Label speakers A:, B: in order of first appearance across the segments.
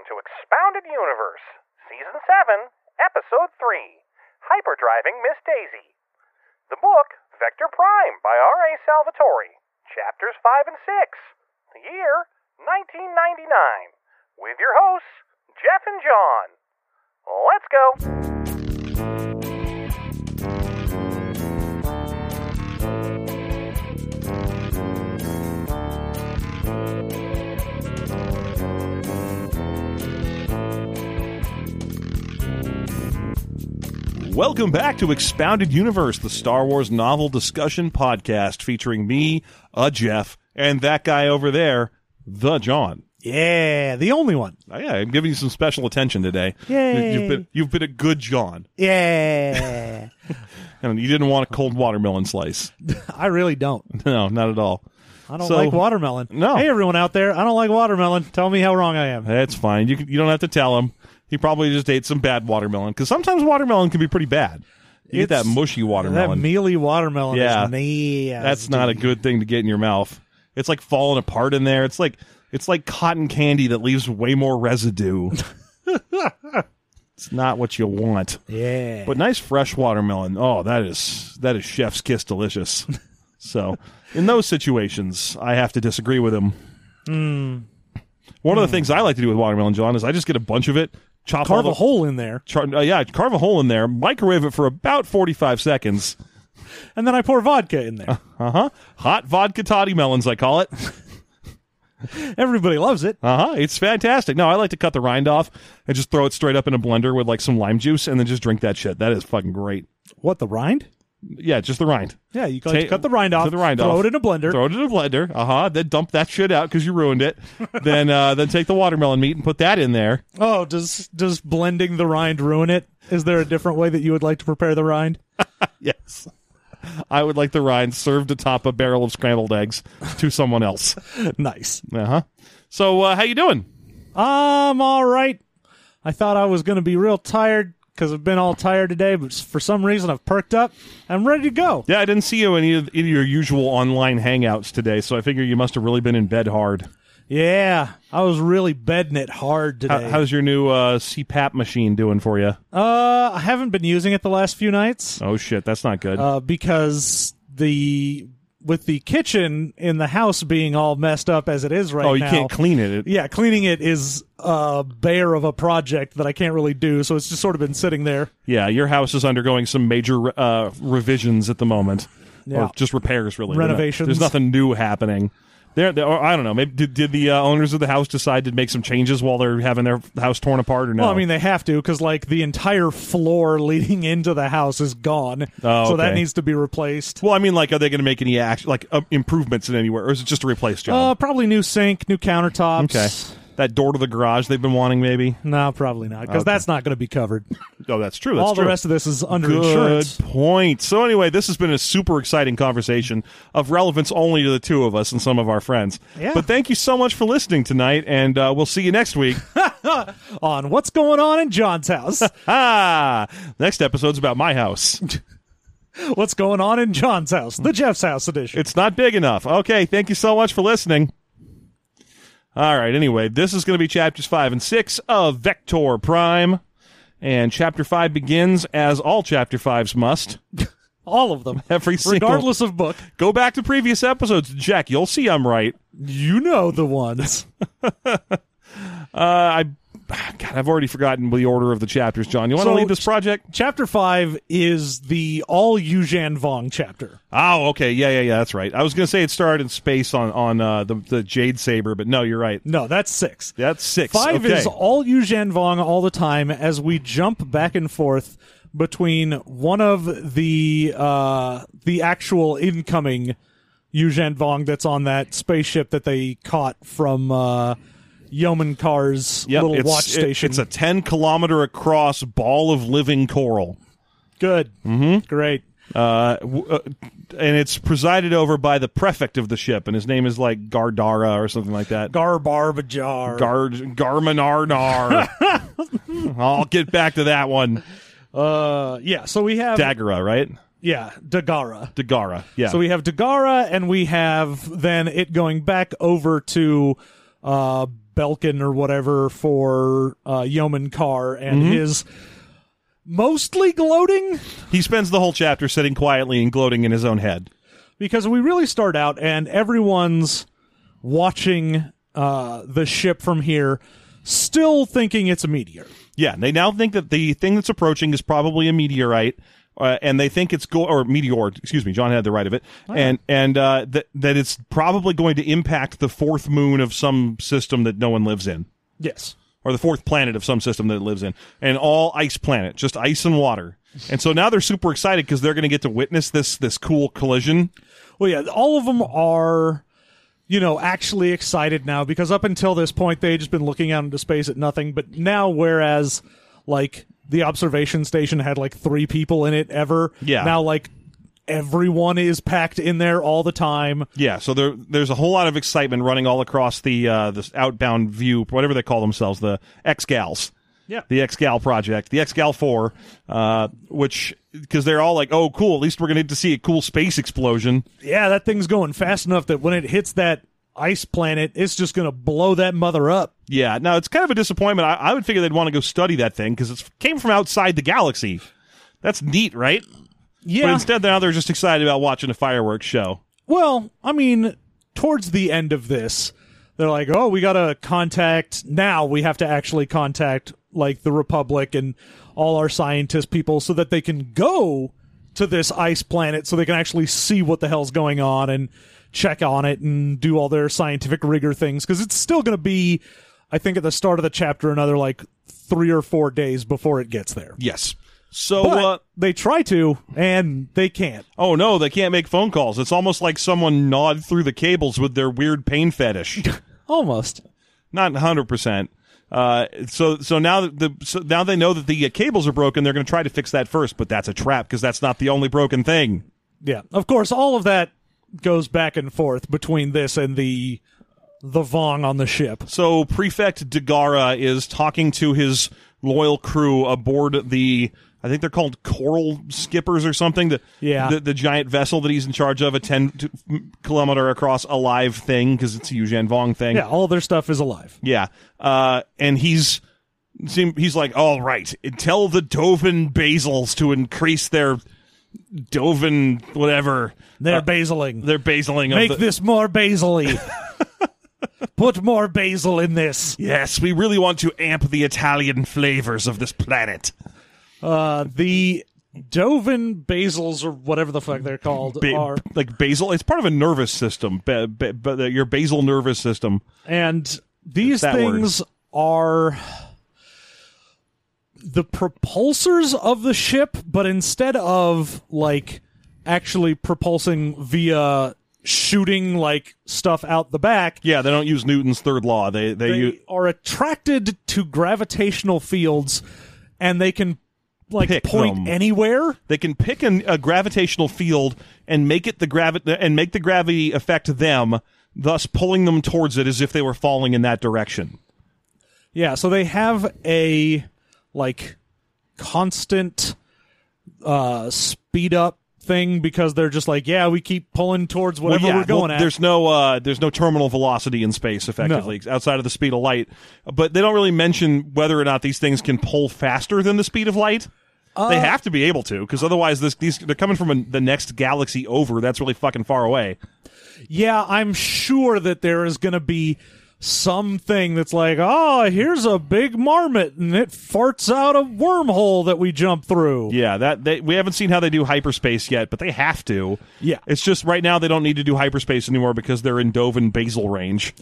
A: Expounded Universe, Season 7, Episode 3 Hyperdriving Miss Daisy. The book, Vector Prime by R.A. Salvatore, Chapters 5 and 6. The year, 1999. With your hosts, Jeff and John. Let's go.
B: Welcome back to Expounded Universe, the Star Wars novel discussion podcast featuring me, uh, Jeff, and that guy over there, the John.
C: Yeah, the only one.
B: Oh, yeah, I'm giving you some special attention today.
C: Yay.
B: You- You've been you've been a good John,
C: Yeah.
B: and you didn't want a cold watermelon slice.
C: I really don't.
B: No, not at all.
C: I don't
B: So-
C: like watermelon.
B: No.
C: Hey, everyone out there, I don't like watermelon. Tell me how wrong I am.
B: That's fine. You can, you don't have to tell him. He probably just ate some bad watermelon because sometimes watermelon can be pretty bad. You get
C: It's-
B: that mushy watermelon.
C: That mealy watermelon
B: Yeah.
C: is nasty.
B: That's not a good thing to get in your mouth. It's like falling apart in there. It's like it's like cotton candy that leaves way more residue. it's not what you want.
C: Yeah.
B: But nice fresh watermelon. Oh, that is that is chef's kiss delicious. So, in those situations, I have to disagree with him. One of the things I like to do with watermelon, John, is I just get a bunch of it, chop all
C: Carve
B: the
C: a hole in there,
B: char- uh, yeah, carve a hole in there, microwave it for about forty five seconds.
C: and then I pour vodka in there.
B: Uh huh. Hot vodka toddy melons, I call it.
C: Everybody loves it.
B: Uh huh. It's fantastic. No, I like to cut the rind off and just throw it straight up in a blender with like some lime juice and then just drink that shit. That is fucking great.
C: What, the rind?
B: Yeah, just the rind.
C: Yeah, you like to
B: Ta-
C: cut the rind off,
B: the rind
C: throw
B: off.
C: it in a blender.
B: Throw it in a blender. Uh huh. Then dump that shit out because you ruined it. then uh, then take the watermelon meat and put that in there.
C: Oh, does does blending the rind ruin it? Is there a different way that you would like to prepare the rind?
B: Yes. I would like the rind served atop a barrel of scrambled eggs to someone else.
C: nice.
B: Uh huh. So uh, how you doing?
C: I'm all right. I thought I was going to be real tired because I've been all tired today, but for some reason I've perked up. I'm ready to go.
B: Yeah, I didn't see you in any of, any of your usual online hangouts today, so I figure you must have really been in bed hard.
C: Yeah, I was really bedding it hard
B: How,
C: today.
B: How's your new uh, CPAP machine doing for you?
C: uh, I haven't been using it the last few nights
B: Oh shit, that's not good.
C: uh, because the with the kitchen in the house being all messed up as it is right now.
B: oh, you can't clean it. It-
C: Yeah, cleaning it is a bear of a project that I can't really do, so it's just sort of been sitting there.
B: yeah, your house is undergoing some major uh, revisions at the moment,
C: Yeah.
B: or just repairs, really. They're not-
C: Renovations.
B: There's nothing new happening. There, there- or I don't know. Maybe did, did the uh, owners of the house decide to make some changes while they're having their house torn apart, or no?
C: Well, I mean, they have to because like the entire floor leading into the house is gone,
B: Oh,
C: so that
B: okay.
C: needs to be replaced.
B: well, I mean, like, are they going to make any act like uh, improvements in anywhere, or is it just a replace
C: Uh,
B: job?
C: probably new sink, new countertops.
B: okay, that door to the garage they've been wanting, maybe.
C: No, probably not because that's not going to be covered.
B: Oh, that's true. That's
C: All
B: true.
C: the rest of this is under
B: Good
C: insurance.
B: point. So anyway, this has been a super exciting conversation of relevance only to the two of us and some of our friends.
C: Yeah.
B: But thank you so much for listening tonight, and uh, we'll see you next week.
C: On what's going on in John's house?
B: ah, next episode's about my house.
C: what's going on in John's house? The Jeff's house edition.
B: It's not big enough. Okay, thank you so much for listening. All right. Anyway, this is going to be chapters five and six of Vector Prime, and chapter five begins as all chapter fives must.
C: All of them,
B: Every single.
C: regardless of book.
B: Go back to previous episodes, Jack. You'll see I'm right.
C: You know the ones.
B: Uh, I God, I've already forgotten the order of the chapters, John. You want to
C: So-
B: lead this project?
C: chapter five is the all Yuuzhan Vong chapter.
B: Oh, okay. Yeah, yeah, yeah. That's right. I was going to say it started in space on on uh, the the jade saber, but no, you're right.
C: No, that's six.
B: That's six.
C: Five
B: Okay.
C: is all Yuzhan Vong all the time as we jump back and forth between one of the uh, the actual incoming Yuzhan Vong that's on that spaceship that they caught from uh, Yeoman Car's
B: Yep,
C: little
B: it's-
C: watch
B: it-
C: station.
B: it's a ten kilometer across ball of living coral,
C: good, mm-hmm. great.
B: uh, w- uh, and it's presided over by the prefect of the ship, and his name is like Gardara or something like that.
C: Garbarbajar.
B: Gar Garminarnar. I'll get back to that one.
C: uh, yeah. So we have
B: Dagara, right?
C: yeah Dagara.
B: Dagara. Yeah.
C: So we have Dagara, and we have then it going back over to uh, Belkin or whatever for uh, Yeoman Carr and his mostly gloating
B: He spends the whole chapter sitting quietly and gloating in his own head.
C: because we really start out and everyone's watching uh, the ship from here, still thinking it's a meteor.
B: Yeah, they now think that the thing that's approaching is probably a meteorite, uh, and they think it's go or meteor. Excuse me, John had the right of it, and and uh, that that it's probably going to impact the fourth moon of some system that no one lives in,
C: Yes.
B: or the fourth planet of some system that it lives in, an all ice planet, just ice and water. And so now they're super excited because they're going to get to witness this this cool collision.
C: Well, yeah, all of them are, you know, actually excited now because up until this point they would just been looking out into space at nothing. But now, whereas like the observation station had like three people in it ever,
B: Yeah.
C: now like everyone is packed in there all the time.
B: Yeah, so there there's a whole lot of excitement running all across the uh, this outbound view, whatever they call themselves, the X gals.
C: Yeah.
B: the X Gal project, the X Gal Four, uh, which because they're all like, oh, cool. At least we're going to get to see a cool space explosion.
C: Yeah, that thing's going fast enough that when it hits that ice planet, it's just gonna blow that mother up.
B: Yeah. Now it's kind of a disappointment. I, I would figure they'd want to go study that thing because it came from outside the galaxy. That's neat, right? But
C: Yeah.
B: instead, now they're just excited about watching a fireworks show.
C: Well, I mean, towards the end of this, they're like, "Oh, we got to contact now. We have to actually contact like the Republic and all our scientist people so that they can go to this ice planet so they can actually see what the hell's going on and check on it and do all their scientific rigor things cuz it's still going to be I think at the start of the chapter another like 3 or 4 days before it gets there.
B: Yes. So,
C: But
B: uh,
C: they try to and they can't.
B: oh no, they can't make phone calls. It's almost like someone gnawed through the cables with their weird pain fetish.
C: Almost.
B: not 100 percent. Uh, so so now that the so now they know that the uh, cables are broken. They're going to try to fix that first, but that's a trap because that's not the only broken thing.
C: Yeah, of course, all of that goes back and forth between this and the the Vong on the ship.
B: So Prefect Degara is talking to his loyal crew aboard the I think they're called coral skippers or something. The
C: Yeah.
B: the, the giant vessel that he's in charge of, a 10 t- kilometer across alive thing because it's a Yuuzhan Vong thing.
C: Yeah, all their stuff is alive.
B: Yeah. Uh, and he's seem he's like, all right, tell the Dovin Basils to increase their Dovin whatever
C: They're
B: uh,
C: basiling.
B: their basiling
C: Make
B: of the-
C: this more basily. Put more basil in this.
B: Yes, we really want to amp the Italian flavors of this planet.
C: Uh, the Dovin basils or whatever the fuck they're called
B: Ba-
C: are,
B: like basil, it's part of a nervous system. Ba- ba- ba- your basal nervous system.
C: and these
B: That word.
C: things are the propulsors of the ship, but instead of like actually propulsing via shooting like stuff out the back,
B: Yeah, they don't use Newton's third law. They they,
C: they
B: u-
C: are attracted to gravitational fields and they can like
B: Pick
C: point
B: them.
C: anywhere.
B: they can pick an, a gravitational field and make it the gravi- and make the gravity affect them, thus pulling them towards it as if they were falling in that direction.
C: Yeah, so they have a like constant uh speed up thing because they're just like, yeah, we keep pulling towards whatever
B: yeah,
C: we're going
B: well,
C: at.
B: there's no uh, there's no terminal velocity in space effectively outside of the speed of light. But they don't really mention whether or not these things can pull faster than the speed of light. they have to be able to, because otherwise, this these they're coming from a, the next galaxy over. That's really fucking far away.
C: Yeah, I'm sure that there is going to be something that's like, oh, here's a big marmot and it farts out a wormhole that we jump through.
B: Yeah, that they, we haven't seen how they do hyperspace yet, but they have to.
C: Yeah.
B: it's just right now they don't need to do hyperspace anymore because they're in Dovin basal range.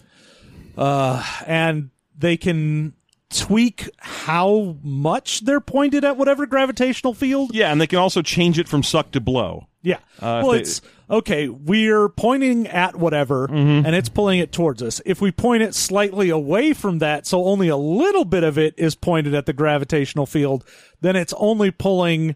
C: And they can tweak how much they're pointed at whatever gravitational field.
B: Yeah, and they can also change it from suck to blow.
C: Yeah.
B: Uh, if
C: well,
B: they-
C: it's okay. We're pointing at whatever,
B: Mm-hmm.
C: and it's pulling it towards us. If we point it slightly away from that, so only a little bit of it is pointed at the gravitational field, then it's only pulling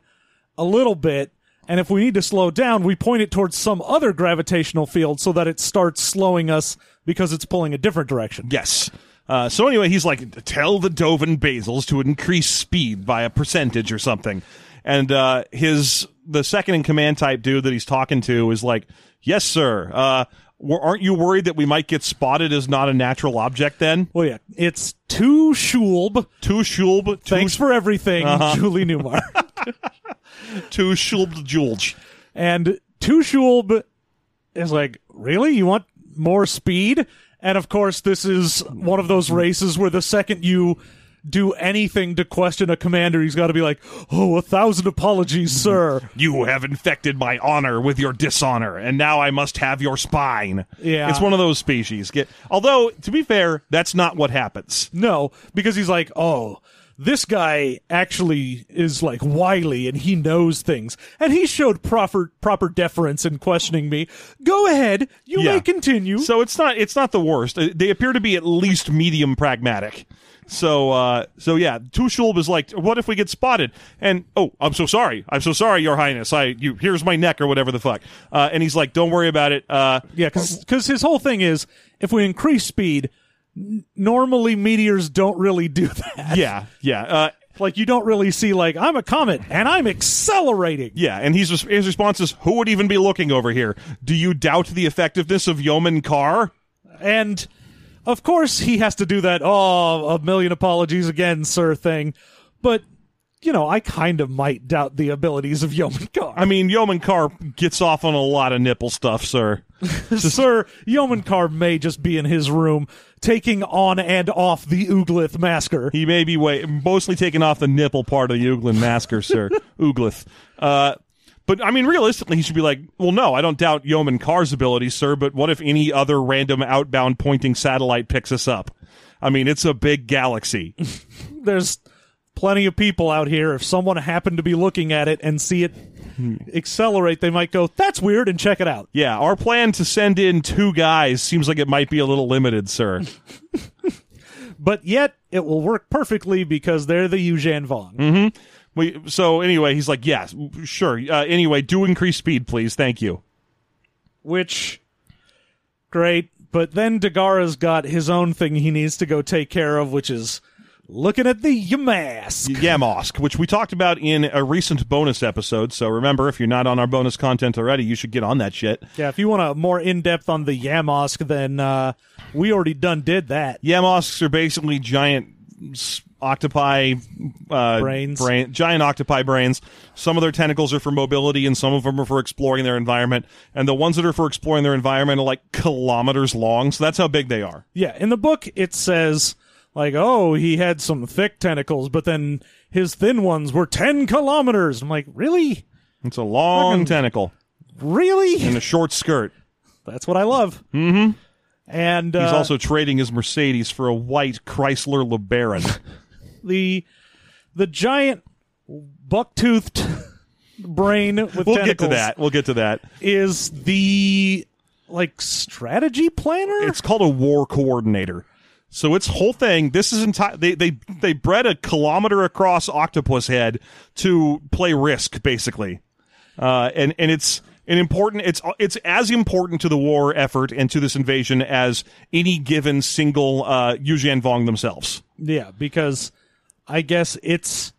C: a little bit. And if we need to slow down, we point it towards some other gravitational field so that it starts slowing us because it's pulling a different direction.
B: Yes. Uh, so anyway, he's like, tell the Dovin basils to increase speed by a percentage or something. And uh, his the second in command type dude that he's talking to is like, yes, sir. Uh, Were- Aren't you worried that we might get spotted as not a natural object then?
C: Well, yeah, it's too Schulb.
B: Too shulb, too, Uh-huh.
C: Thanks for everything, Julie Newmar.
B: too shulb julge.
C: and too Schulb is like, really? You want more speed? And of course, this is one of those races where the second you do anything to question a commander, he's got to be like, oh, a thousand apologies, sir.
B: You have infected my honor with your dishonor, and now I must have your spine.
C: Yeah.
B: It's one of those species. Get, although, to be fair, that's not what happens.
C: No, because he's like, oh, this guy actually is like wily and he knows things. And he showed proper proper deference in questioning me. Go ahead, you
B: Yeah.
C: may continue.
B: So it's not it's not the worst. Uh, They appear to be at least medium pragmatic. So uh so yeah, Tushulb is like, what if we get spotted? And oh, I'm so sorry. I'm so sorry, Your Highness. I you here's my neck or whatever the fuck. Uh, and he's like, don't worry about it. Uh,
C: yeah, because his whole thing is if we increase speed, n- normally meteors don't really do that.
B: yeah, yeah. Uh,
C: Like you don't really see like I'm a comet and I'm accelerating.
B: yeah, and he's, his response is, "Who would even be looking over here? Do you doubt the effectiveness of Yeoman Carr?"
C: And of course, he has to do that, oh, a million apologies again, sir thing. But, you know, I kind of might doubt the abilities of Yeoman Carr.
B: I mean, Yeoman Carr gets off on a lot of nipple stuff, sir.
C: sir, Yeoman Carr may just be in his room taking on and off the Ooglith masker.
B: He may be way, mostly taking off the nipple part of the Uglin masker, sir. Uglith. Uh, but I mean, realistically, he should be like, well, no, I don't doubt Yeoman Carr's ability, sir, but what if any other random outbound pointing satellite picks us up? I mean, it's a big galaxy.
C: There's plenty of people out here. If someone happened to be looking at it and see it accelerate, they might go, that's weird, and check it out.
B: yeah, our plan to send in two guys seems like it might be a little limited, sir.
C: But yet, it will work perfectly because they're the Yuuzhan Vong.
B: We, so anyway, he's like, yes, w- sure. Uh, anyway, do increase speed, please. Thank you.
C: which great but then dagara's got his own thing he needs to go take care of which is looking at the yamask
B: Yamosk, which we talked about in a recent bonus episode. So remember, if you're not on our bonus content already, you should get on that shit.
C: yeah if you want a more in-depth on the yamask then uh we already done did that
B: Yamosks are basically giant s- octopi uh,
C: Brains.
B: brain- giant octopi brains. Some of their tentacles are for mobility, and some of them are for exploring their environment. And the ones that are for exploring their environment are like kilometers long. So that's how big they are.
C: yeah in the book it says like oh he had some thick tentacles but then his thin ones were 10 kilometers i'm like really
B: It's a long
C: Fucking-
B: tentacle
C: really
B: and a short skirt.
C: that's what i love mm-hmm and
B: He's
C: uh,
B: also trading his Mercedes for a white Chrysler LeBaron.
C: the the giant buck-toothed brain with
B: We'll get to
C: tentacles
B: that. We'll get to that.
C: is the like strategy planner
B: it's called a war coordinator. So its whole thing, this is entire. They they they bred a kilometer across octopus head to play Risk, basically, uh, and and it's an important. It's it's as important to the war effort and to this invasion as any given single uh, Yuuzhan Vong themselves.
C: yeah because i guess it's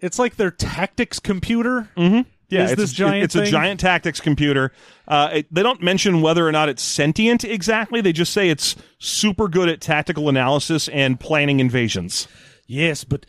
C: it's like their tactics computer mm-hmm.
B: Yeah,
C: is
B: it's
C: this
B: a,
C: giant
B: It's a
C: thing?
B: giant tactics computer. Uh, it, they don't mention whether or not it's sentient exactly. They just say it's super good at tactical analysis and planning invasions.
C: yes but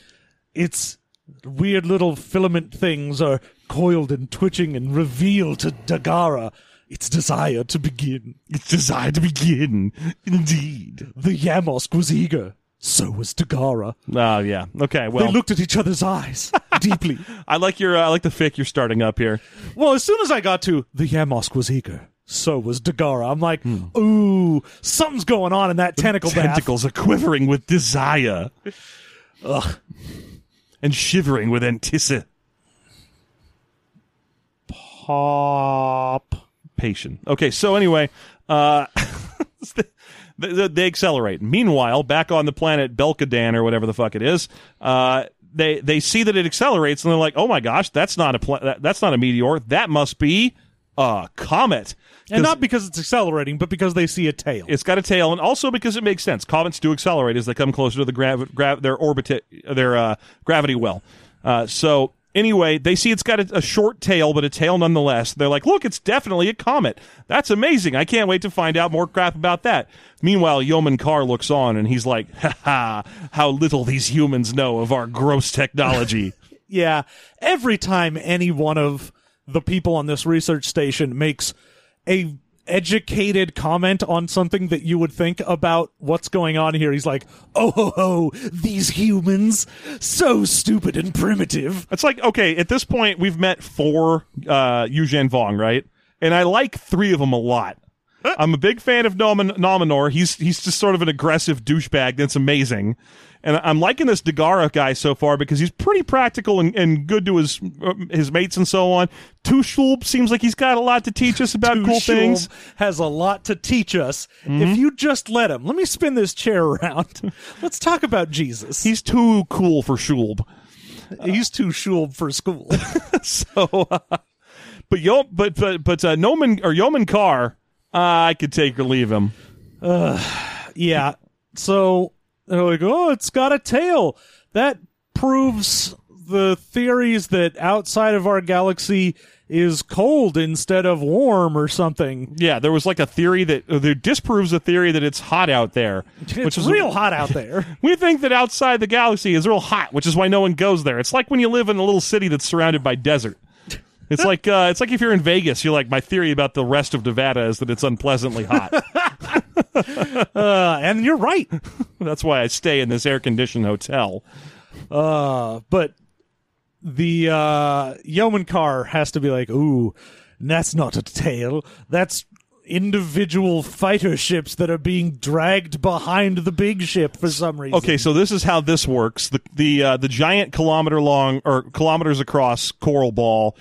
C: it's weird little filament things are coiled and twitching and revealed to dagara its desire to begin
B: It's designed to begin, indeed.
C: the yamosk was eager so was dagara
B: Oh yeah. Okay.
C: they
B: Well,
C: looked at each other's eyes deeply
B: I like your uh, I like the fic you're starting up here.
C: Well, as soon as I got to the Yamosk was eager, so was Dagara. I'm like, ooh, something's going on in that tentacle bath.
B: Tentacles are quivering with desire, ugh, and shivering with anticipation.
C: Pop.
B: Okay. So anyway, uh, they, they- they accelerate. Meanwhile, back on the planet Belkadan or whatever the fuck it is, uh, they they see that it accelerates and they're like, oh my gosh, that's not a pla- that, that's not a meteor. That must be a comet. 'Cause-
C: And not because it's accelerating, but because they see a tail.
B: It's got a tail, and also because it makes sense. Comets do accelerate as they come closer to the grav- grav- their orbit, their uh, gravity well. Uh, so Anyway, they see it's got a, a short tail, but a tail nonetheless. They're like, look, it's definitely a comet. That's amazing. I can't wait to find out more crap about that. Meanwhile, Yeoman Carr looks on and he's like, ha ha, how little these humans know of our gross technology.
C: Yeah. Every time any one of the people on this research station makes a educated comment on something that you would think about what's going on here, he's like, "Oh ho ho, these humans, so stupid and primitive."
B: It's like, okay, at this point, we've met four uh, Eugene Vong, right? And I like three of them a lot. I'm a big fan of Nomin- Nominor. He's he's just sort of an aggressive douchebag that's amazing. And I'm liking this Degara guy so far because he's pretty practical and, and good to his uh, his mates and so on. Tushulb seems like he's got a lot to teach us about cool
C: Shulb
B: things.
C: has a lot to teach us. If you just let him, let me spin this chair around. Let's talk about Jesus.
B: He's too cool for Shulb.
C: He's too shulb for school.
B: So, uh, but yo, but but but uh, Noman or Yeoman Carr, uh, I could take or leave him.
C: Yeah. So they're like, oh, it's got a tail. That proves the theories that outside of our galaxy is cold instead of warm or something.
B: Yeah, there was like a theory that uh, that disproves a theory that it's hot out there,
C: It's real hot out there.
B: We think that outside the galaxy is real hot, which is why no one goes there. It's like when you live in a little city that's surrounded by desert. It's like uh, it's like if you're in Vegas, you're like my theory about the rest of Nevada is that it's unpleasantly hot.
C: Uh, and you're right.
B: that's why I stay in this air-conditioned hotel.
C: Uh, but the uh, yeoman car has to be like, ooh, that's not a tail. That's individual fighter ships that are being dragged behind the big ship for some reason.
B: Okay, so this is how this works. The the uh, the giant kilometer long or kilometers across coral ball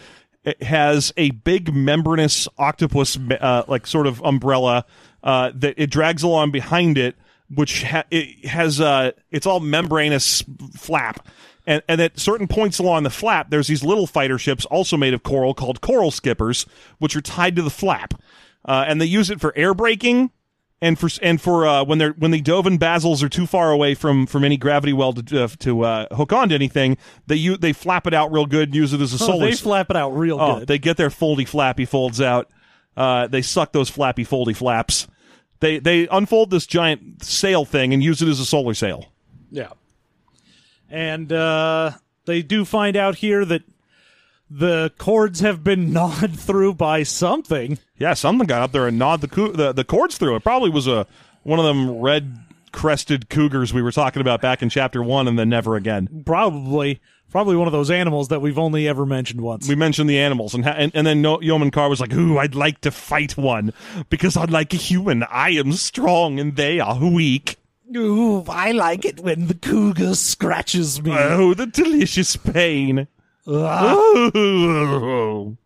B: it has a big membranous octopus uh, like sort of umbrella uh, that it drags along behind it, which ha- it has uh, it's all membranous flap. And, and at certain points along the flap, there's these little fighter ships also made of coral called coral skippers, which are tied to the flap. Uh, and they use it for air braking and for and for uh, when they're when the Dovin basils are too far away from from any gravity well to uh, to uh, hook onto anything, they you they flap it out real good and use it as a
C: Oh,
B: solar.
C: they
B: s-
C: flap it out real
B: oh,
C: good.
B: they get their foldy flappy folds out. Uh, they suck those flappy foldy flaps. They they unfold this giant sail thing and use it as a solar sail.
C: Yeah. And uh, they do find out here that the cords have been gnawed through by something.
B: Yeah, something got up there and gnawed the coo- the, the cords through. It probably was a one of them red crested cougars we were talking about back in chapter one, and then never again.
C: Probably, probably one of those animals that we've only ever mentioned once.
B: we mentioned the animals, and ha- and, and then no- Yeoman Carr was like, "Ooh, I'd like to fight one because unlike a human, I am strong and they are weak."
C: Ooh, I like it when the cougar scratches me.
B: Oh, the delicious pain!
C: Ah.
B: Oh.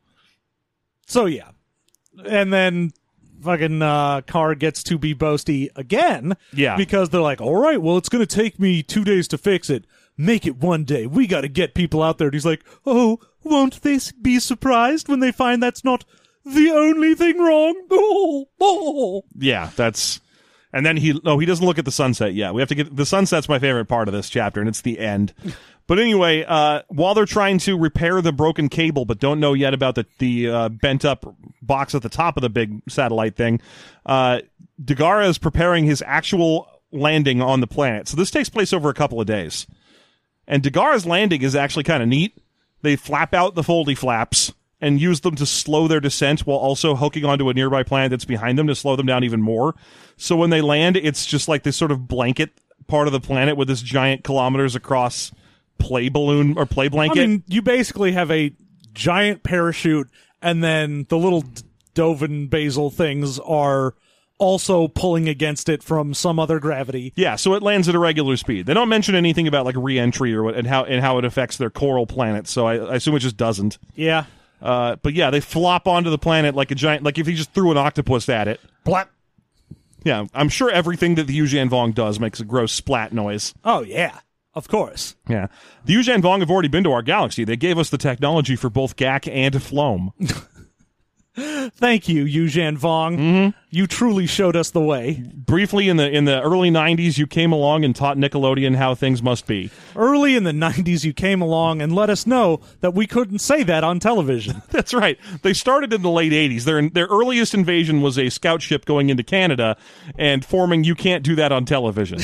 C: so yeah, and then fucking uh, car gets to be boasty again.
B: Yeah.
C: because they're like, all right, well, it's gonna take me two days to fix it. Make it one day. We got to get people out there. And he's like, oh, won't they s- be surprised when they find that's not the only thing wrong? Oh, oh.
B: Yeah, that's. And then he no, he doesn't look at the sunset yet. We have to get the sunset's my favorite part of this chapter, and it's the end. But anyway, uh, while they're trying to repair the broken cable, but don't know yet about the the uh, bent up box at the top of the big satellite thing, uh, Dagara is preparing his actual landing on the planet. So this takes place over a couple of days, and Dagara's landing is actually kind of neat. They flap out the foldy flaps and use them to slow their descent while also hooking onto a nearby planet that's behind them to slow them down even more. So when they land, it's just like this sort of blanket part of the planet with this giant kilometers across play balloon or play
C: I
B: blanket.
C: mean, you basically have a giant parachute, and then the little d- Dovin basil things are also pulling against it from some other gravity.
B: yeah, so it lands at a regular speed. They don't mention anything about like reentry or what and how and how it affects their coral planet. So I, I assume it just doesn't.
C: Yeah.
B: Uh, but yeah, they flop onto the planet like a giant, like if he just threw an octopus at it.
C: Blap.
B: Yeah, I'm sure everything that the Eugene Vong does makes a gross splat noise.
C: Oh, yeah. Of course.
B: Yeah. The Yuuzhan Vong have already been to our galaxy. They gave us the technology for both Gak and Flom.
C: Thank you, Eugene Vong.
B: Mm-hmm.
C: You truly showed us the way.
B: Briefly in the in the early '90s, you came along and taught Nickelodeon how things must be.
C: Early in the 90s, you came along and let us know that we couldn't say that on television.
B: That's right. They started in the late '80s. Their their earliest invasion was a scout ship going into Canada and forming. You can't do that on television,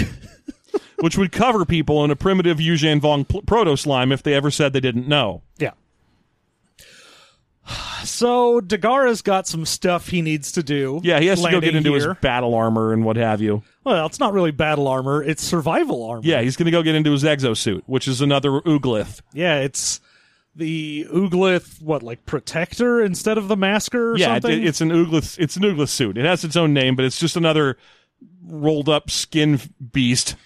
B: which would cover people in a primitive Eugene Vong pl- proto slime if they ever said they didn't know.
C: Yeah. So Dagara's got some stuff he needs to do.
B: Yeah, he has to go
C: landing
B: get into
C: here.
B: his battle armor and what have you.
C: Well, it's not really battle armor; it's survival armor.
B: Yeah, he's going to go get into his exosuit, which is another Ooglith.
C: Yeah, it's the Ooglith, what like protector instead of the masker or
B: yeah, it,
C: something.
B: it's an Ooglith. It's an Ooglith suit. It has its own name, but it's just another rolled up skin f- beast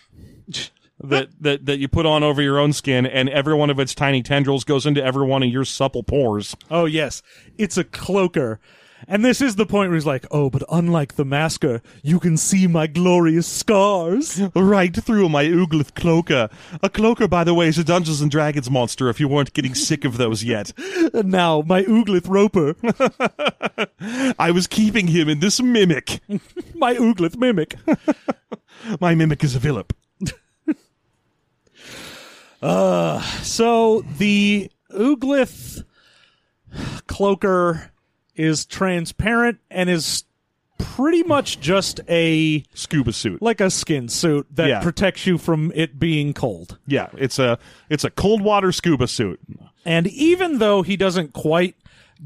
B: that that that you put on over your own skin, and every one of its tiny tendrils goes into every one of your supple pores.
C: oh yes, it's a cloaker. And this is the point where he's like, "Oh, but unlike the masker, you can see my glorious scars."
B: Right through my Ooglith cloaker. A cloaker, by the way, is a Dungeons and Dragons monster. If you weren't getting sick of those yet,
C: And now my Ooglith roper,
B: I was keeping him in this mimic.
C: my Ooglith mimic.
B: My mimic is a Philip.
C: So the Ooglith cloaker is transparent and is pretty much just a
B: Scuba suit.
C: like a skin suit that
B: Yeah.
C: protects you from it being cold.
B: Yeah, it's a it's a cold water scuba suit.
C: And even though he doesn't quite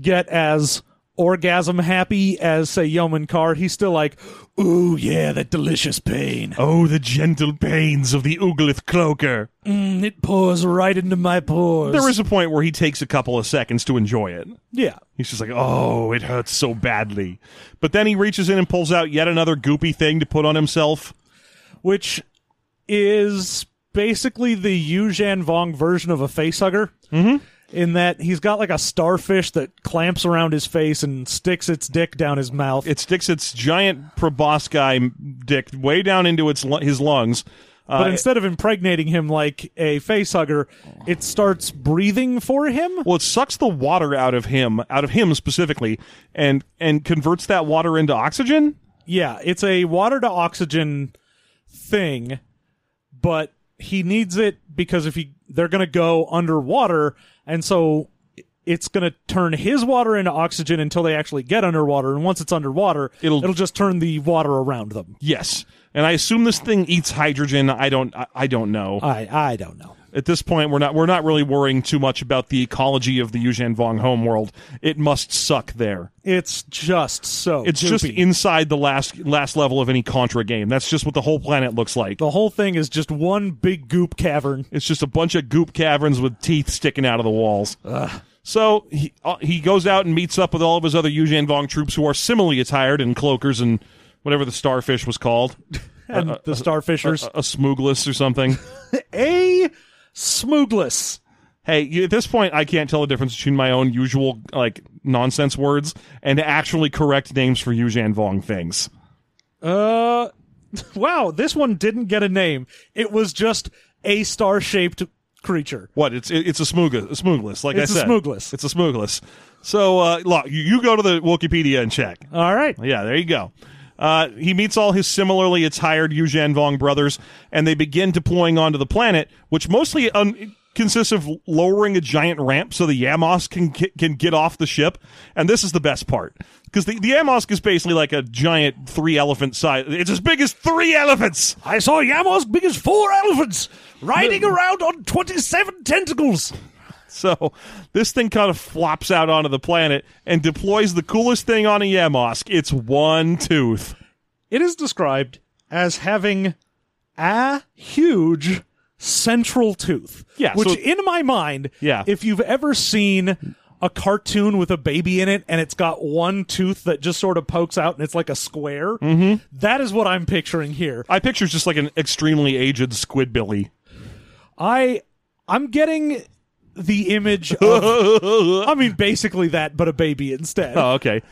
C: get as orgasm happy as say Yeoman Carr, he's still like, "Ooh, yeah, that delicious pain.
B: Oh, the gentle pains of the Ooglith cloaker.
C: Mm, It pours right into my pores."
B: There is a point where he takes a couple of seconds to enjoy it.
C: yeah.
B: He's just like, oh, it hurts so badly. But then he reaches in and pulls out yet another goopy thing to put on himself.
C: which is basically the Yu Zhan Vong version of a face hugger. In that he's got like a starfish that clamps around his face and sticks its dick down his mouth.
B: It sticks its giant proboscis dick way down into its lu- his lungs. Uh,
C: but instead of impregnating him like a face hugger, it starts breathing for him.
B: well, it sucks the water out of him, out of him specifically, and and converts that water into oxygen.
C: Yeah, it's a water to oxygen thing, but he needs it because if he they're going to go underwater and so it's going to turn his water into oxygen until they actually get underwater and once it's underwater
B: It'll-
C: it'll, just turn the water around them.
B: Yes, and I assume this thing eats hydrogen. I don't. I, I don't know.
C: I I don't know.
B: at this point we're not we're not really worrying too much about the ecology of the Yuzhan Vong homeworld. It must suck there.
C: It's just so
B: It's just
C: goopy.
B: inside the last last level of any Contra game. That's just what the whole planet looks like.
C: the whole thing is just one big goop cavern.
B: It's just a bunch of goop caverns with teeth sticking out of the walls. So he uh, he goes out and meets up with all of his other Yuzhan Vong troops who are similarly attired in cloakers and whatever the starfish was called,
C: And the starfishers
B: a smooglis or something.
C: a smoogless.
B: hey, you, at this point, I can't tell the difference between my own usual like nonsense words and actually correct names for Yuzhan Vong things.
C: Uh, wow, this one didn't get a name. It was just a star shaped creature.
B: What? It's it, it's a smooglis. A smooglis. Like
C: It's
B: I
C: a
B: said,
C: smooglis.
B: It's a smooglis. So uh, look, you, you go to the Wikipedia and check.
C: All right.
B: Yeah, there you go. Uh, he meets all his similarly attired Yuzhan Vong brothers, and they begin deploying onto the planet, which mostly um, consists of lowering a giant ramp so the Yamos can get, can get off the ship. And this is the best part because the, the Yamos is basically like a giant three elephant size. It's as big as three elephants.
C: I saw Yamos big as four elephants riding
B: Hmm.
C: around on 27 tentacles.
B: So this thing kind of flops out onto the planet and deploys the coolest thing on a Yamos. It's one tooth.
C: It is described as having a huge central tooth.
B: Yeah,
C: Which,
B: so-
C: in my mind,
B: Yeah.
C: if you've ever seen a cartoon with a baby in it and it's got one tooth that just sort of pokes out and it's like a square,
B: Mm-hmm.
C: that is what I'm picturing here.
B: I picture it's just like an extremely aged squidbilly.
C: I I'm getting the image of I mean basically that but a baby instead.
B: Oh, okay.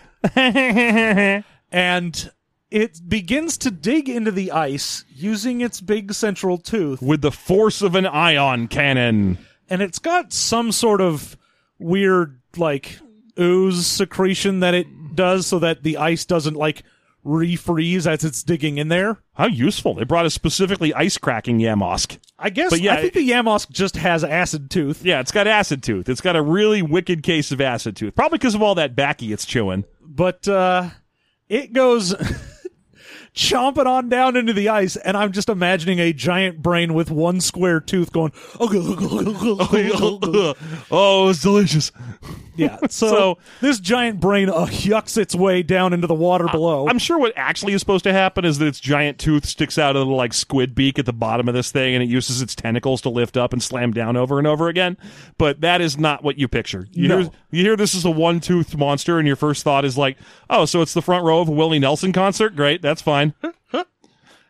C: And it begins to dig into the ice using its big central tooth
B: With the force of an ion cannon.
C: and it's got some sort of weird like ooze secretion that it does so that the ice doesn't like refreeze as it's digging in there.
B: How useful. They brought us specifically ice cracking Yamosk.
C: I guess
B: But yeah,
C: I think the Yamosk just has acid tooth.
B: Yeah, it's got acid tooth. It's got a really wicked case of acid tooth. Probably because of all that backy it's chewing.
C: but uh, it goes chomping on down into the ice, and I'm just imagining a giant brain with one square tooth going.
B: oh, it's delicious.
C: yeah. So,
B: So-
C: this giant brain uh, yucks its way down into the water below.
B: I'm sure what actually is supposed to happen is that its giant tooth sticks out a little like squid beak at the bottom of this thing, and it uses its tentacles to lift up and slam down over and over again. But that is not what you picture. You,
C: No.
B: hear, you hear this is a one toothed monster, and your first thought is like, "Oh, so it's the front row of a Willie Nelson concert? Great, that's fine." and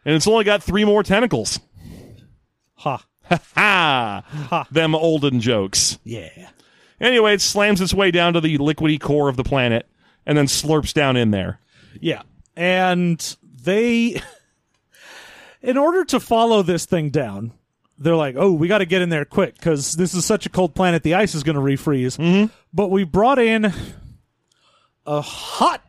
B: it's only got three more tentacles.
C: ha.
B: Ha! Them olden jokes.
C: Yeah.
B: Anyway, it slams its way down to the liquidy core of the planet, and then slurps down in there.
C: Yeah. And they, in order to follow this thing down, they're like, oh, we got to get in there quick because this is such a cold planet. The ice is going to refreeze.
B: Mm-hmm.
C: But we brought in a hot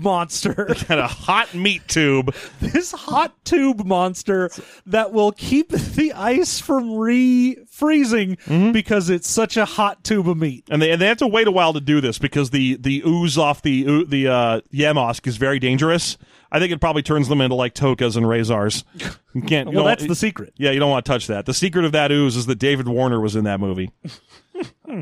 C: monster.
B: Got a hot meat tube.
C: this hot tube monster that will keep the ice from re freezing
B: Mm-hmm.
C: because it's such a hot tube of meat.
B: and they and they have to wait a while to do this because the the ooze off the oo- the uh, Yamosk is very dangerous. I think it probably turns them into like tokas and razars. You can't. you
C: Well,
B: don't-
C: that's the secret.
B: Yeah, you don't want to touch that. The secret of that ooze is that David Warner was in that movie.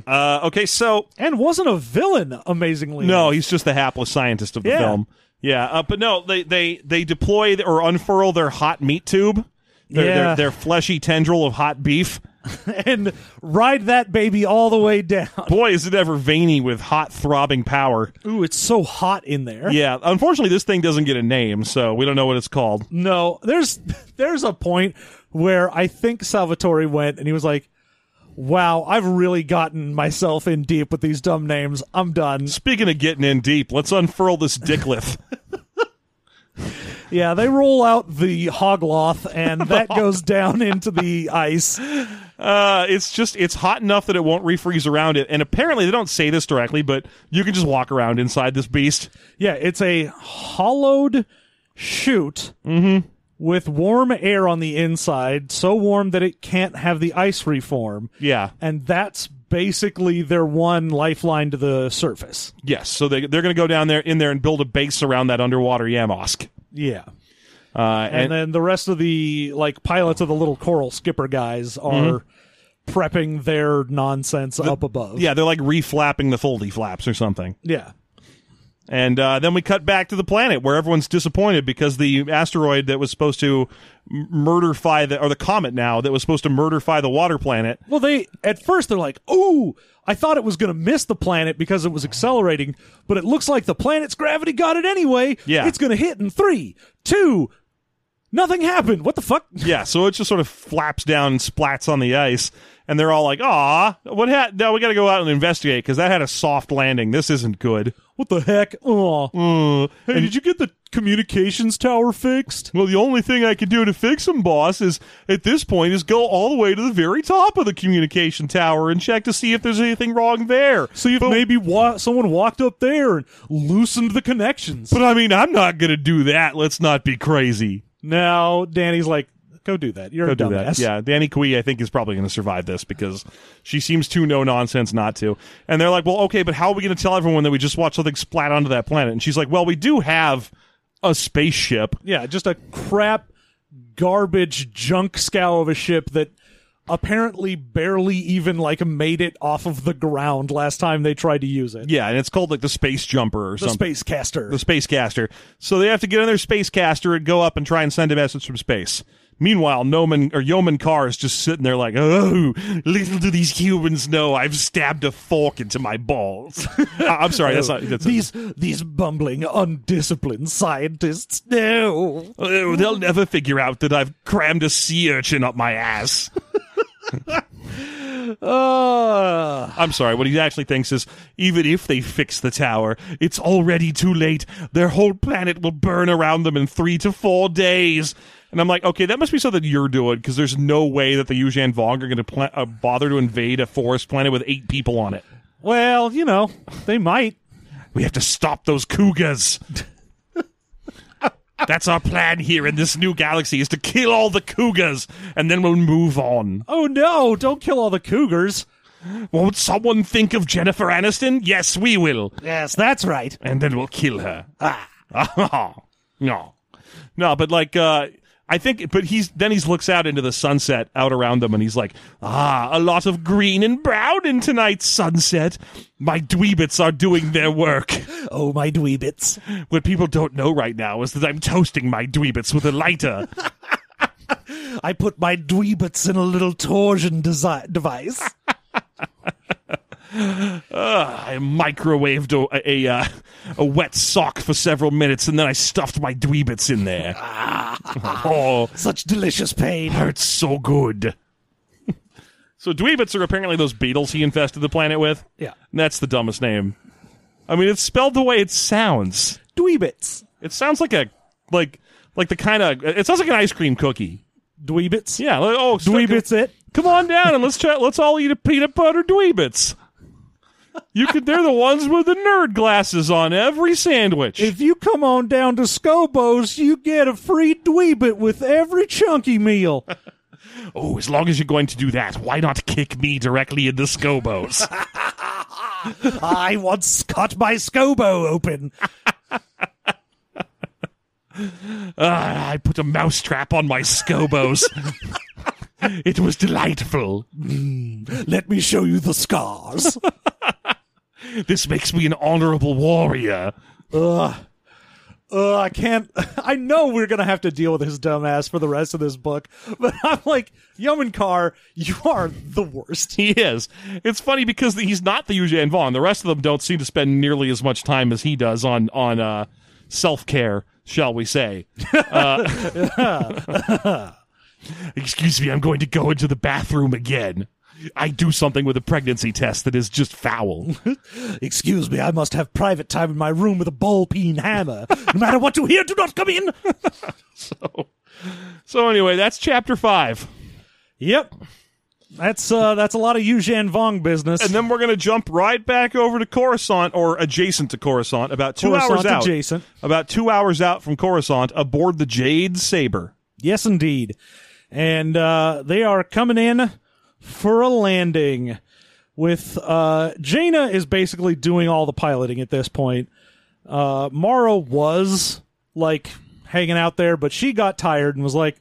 B: uh, okay, so
C: And wasn't a villain, amazingly.
B: no, he's just the hapless scientist of the
C: Yeah.
B: film. Yeah, uh, but no, they they they deploy th- or unfurl their hot meat tube, their,
C: Yeah.
B: their their fleshy tendril of hot beef.
C: and ride that baby all the way down.
B: Boy, is it ever veiny with hot throbbing power.
C: Ooh, it's so hot in there.
B: Yeah, unfortunately, this thing doesn't get a name, so we don't know what it's called.
C: No, there's there's a point where I think Salvatore went and he was like, "Wow, I've really gotten myself in deep with these dumb names. I'm done."
B: Speaking of getting in deep, let's unfurl this dickliff.
C: Yeah, they roll out the hogloth and that goes down into the ice.
B: uh, it's just it's hot enough that it won't refreeze around it, and apparently they don't say this directly, but you can just walk around inside this beast.
C: Yeah, it's a hollowed chute with warm air on the inside, so warm that it can't have the ice reform.
B: Yeah.
C: And that's basically their one lifeline to the surface.
B: Yes. So they they're going to go down there in there and build a base around that underwater Yamosk.
C: Yeah.
B: Uh, and,
C: And, then the rest of the like pilots of the little coral skipper guys are prepping their nonsense up above.
B: yeah, they're like reflapping the foldy flaps or something.
C: Yeah.
B: And uh, then we cut back to the planet where everyone's disappointed because the asteroid that was supposed to m- murderfy the or the comet now that was supposed to murderfy the water planet
C: Well, they at first they're like, "Oh, I thought it was going to miss the planet because it was accelerating, but it looks like the planet's gravity got it anyway.
B: Yeah.
C: it's going to hit in three, two. Nothing happened. What the fuck?
B: Yeah, so it just sort of flaps down and splats on the ice, and they're all like, "Ah, what? Ha- now we got to go out and investigate because that had a soft landing. This isn't good."
C: What the heck? Oh,
B: Uh,
C: hey, did you get the communications tower fixed?
B: well, the only thing I can do to fix them, boss, is at this point is go all the way to the very top of the communication tower and check to see if there's anything wrong there.
C: So you've maybe wa- someone walked up there and loosened the connections.
B: But I mean, I'm not gonna do that. Let's not be crazy.
C: now Danny's like, "Go do that. You're a
B: Go do
C: dumbass."
B: that. Yeah, Danny Kui, I think, is probably going to survive this because she seems too no nonsense not to. And they're like, well, okay, but how are we going to tell everyone that we just watched something splat onto that planet? And she's like, well, we do have a spaceship.
C: Yeah, just a crap, garbage, junk scow of a ship that apparently barely even like made it off of the ground last time they tried to use it.
B: Yeah, and it's called like the Space Jumper or
C: The
B: something.
C: space caster.
B: the Space Caster. So they have to get in their Space Caster and go up and try and send a message from space. Meanwhile, Noman or Yeoman Carr is just sitting there like, oh, little do these humans know I've stabbed a fork into my balls. I- I'm sorry, that's not. That's
C: these these bumbling, undisciplined scientists. No.
B: Oh, they'll never figure out that I've crammed a sea urchin up my ass.
C: Uh,
B: I'm sorry, what he actually thinks is even if they fix the tower, it's already too late. Their whole planet will burn around them in three to four days. And I'm like, okay, that must be something you're doing because there's no way that the Yuuzhan Vong are going to pla- uh, bother to invade a forest planet with eight people on it.
C: Well, you know, they might.
B: We have to stop those cougars. That's our plan here in this new galaxy is to kill all the cougars and then we'll move on.
C: Oh no, don't kill all the cougars.
B: Won't someone think of Jennifer Aniston? Yes, we will.
C: Yes, that's right.
B: And then we'll kill her. Ah. no. No, but like uh I think but he's then he looks out into the sunset out around them and he's like, "Ah, a lot of green and brown in tonight's sunset. My dweebits are doing their work."
C: Oh my dweebits.
B: What people don't know right now is that I'm toasting my dweebits with a lighter.
C: I put my dweebits in a little torsion desi- device.
B: I microwaved a a, uh, a wet sock for several minutes, and then I stuffed my dweebits in there. oh,
C: Such delicious pain.
B: hurts so good. so dweebits are apparently those beetles he infested the planet with.
C: Yeah.
B: And that's the dumbest name. I mean, it's spelled the way it sounds.
C: Dweebits.
B: It sounds like a like like the kind of it sounds like an ice cream cookie.
C: Dweebits.
B: Yeah. like, Oh,
C: Dweebits it.
B: come on down and let's try, let's all eat a peanut butter dweebits. You could they're the ones with the nerd glasses on every sandwich.
C: If you come on down to Scobo's, you get a free dweebit with every chunky meal.
B: oh, as long as you're going to do that, why not kick me directly in the scobos?
C: I once cut my Scobo open.
B: Ah, I put a mousetrap on my scobos. it was delightful.
C: Let me show you the scars.
B: This makes me an honorable warrior.
C: Ugh, Uh, I can't. I know we're gonna have to deal with his dumb ass for the rest of this book, but I'm like, Yeoman Carr, you are the worst.
B: He is. It's funny because he's not the Eugene Vaughn. The rest of them don't seem to spend nearly as much time as he does on on uh, self care, shall we say? Uh, excuse me, I'm going to go into the bathroom again. I do something with a pregnancy test that is just foul.
C: Excuse me, I must have private time in my room with a ball peen hammer. No matter what you hear, do not come in.
B: so anyway, that's chapter five.
C: Yep, that's uh, that's a lot of Eugene Vong business.
B: And then we're going to jump right back over to Coruscant or adjacent to Coruscant, about two hours
C: Coruscant
B: out.
C: adjacent.
B: About two hours out from Coruscant aboard the Jade Saber.
C: Yes, indeed. And uh, they are coming in for a landing. With uh, Jaina is basically doing all the piloting at this point. Uh, Mara was like hanging out there, but she got tired and was like,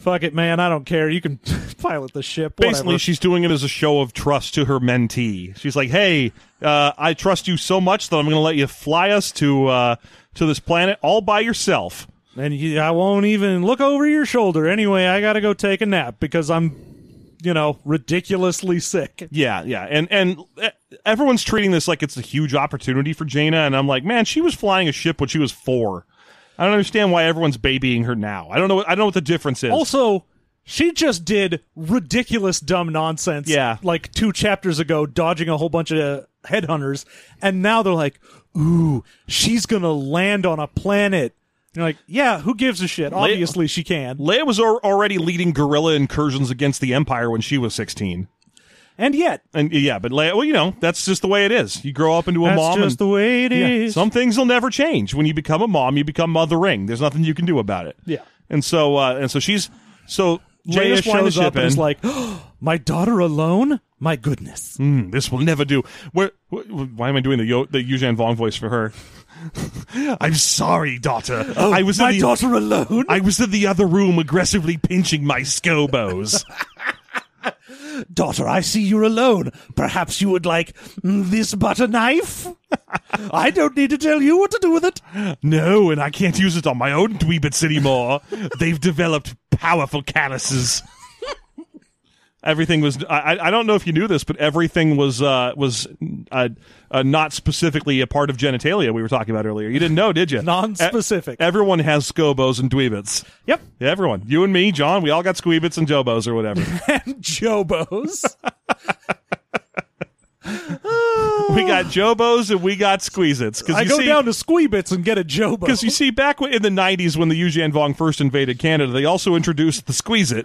C: "Fuck it, man, I don't care. You can pilot the ship."
B: Basically,
C: whatever."
B: she's doing it as a show of trust to her mentee. She's like, "Hey, uh, I trust you so much that I'm going to let you fly us to uh, to this planet all by yourself."
C: and you, I won't even look over your shoulder. Anyway, I gotta go take a nap because I'm, you know, ridiculously sick.
B: Yeah, yeah, and and uh, everyone's treating this like it's a huge opportunity for Jaina, and I'm like, man, she was flying a ship when she was four. I don't understand why everyone's babying her now. I don't know. What, I don't know what the difference is.
C: Also, she just did ridiculous dumb nonsense.
B: Yeah.
C: Like two chapters ago, dodging a whole bunch of headhunters, and now they're like, ooh, she's gonna land on a planet. And you're like, yeah, who gives a shit? Obviously she can.
B: Leia was al- already leading guerrilla incursions against the Empire when she was 16.
C: And yet,
B: And yeah, but Leia, well, you know, that's just the way it is. You grow up into a
C: that's
B: mom. and,
C: just the way it is.
B: Yeah, some things will never change. When you become a mom, you become mothering. There's nothing you can do about it.
C: Yeah.
B: And so, uh, and so she's so Jaina
C: Leia
B: flying the
C: shows
B: ship
C: up and
B: in.
C: is like, "Oh, my daughter alone? My goodness.
B: "Hmm, this will never do. Where? Wh- wh- why am I doing the Yo- the Eugene Vong voice for her? I'm sorry, daughter. I was
C: Oh, my
B: in the
C: daughter alone.
B: I was in the other room aggressively pinching my scobos.
C: Daughter, I see you're alone. Perhaps you would like mm, this butter knife? I don't need to tell you what to do with it.
B: No, and I can't use it on my own Dweebits anymore. They've developed powerful calluses. everything was. I, I- I don't know if you knew this, but everything was uh, was uh, uh, not specifically a part of genitalia we were talking about earlier. You didn't know, did you?
C: Non-specific.
B: E- everyone has scobos and Dweebits.
C: Yep.
B: Everyone, you and me, John, we all got squeebits and jobos or whatever.
C: Jobos.
B: we got jobos and we got squeezits. Because
C: I
B: you
C: go
B: see,
C: down to Squeebits and get a Jobo.
B: Because you see, back in the '90s, when the Eugene Vong first invaded Canada, they also introduced the Squeeze It.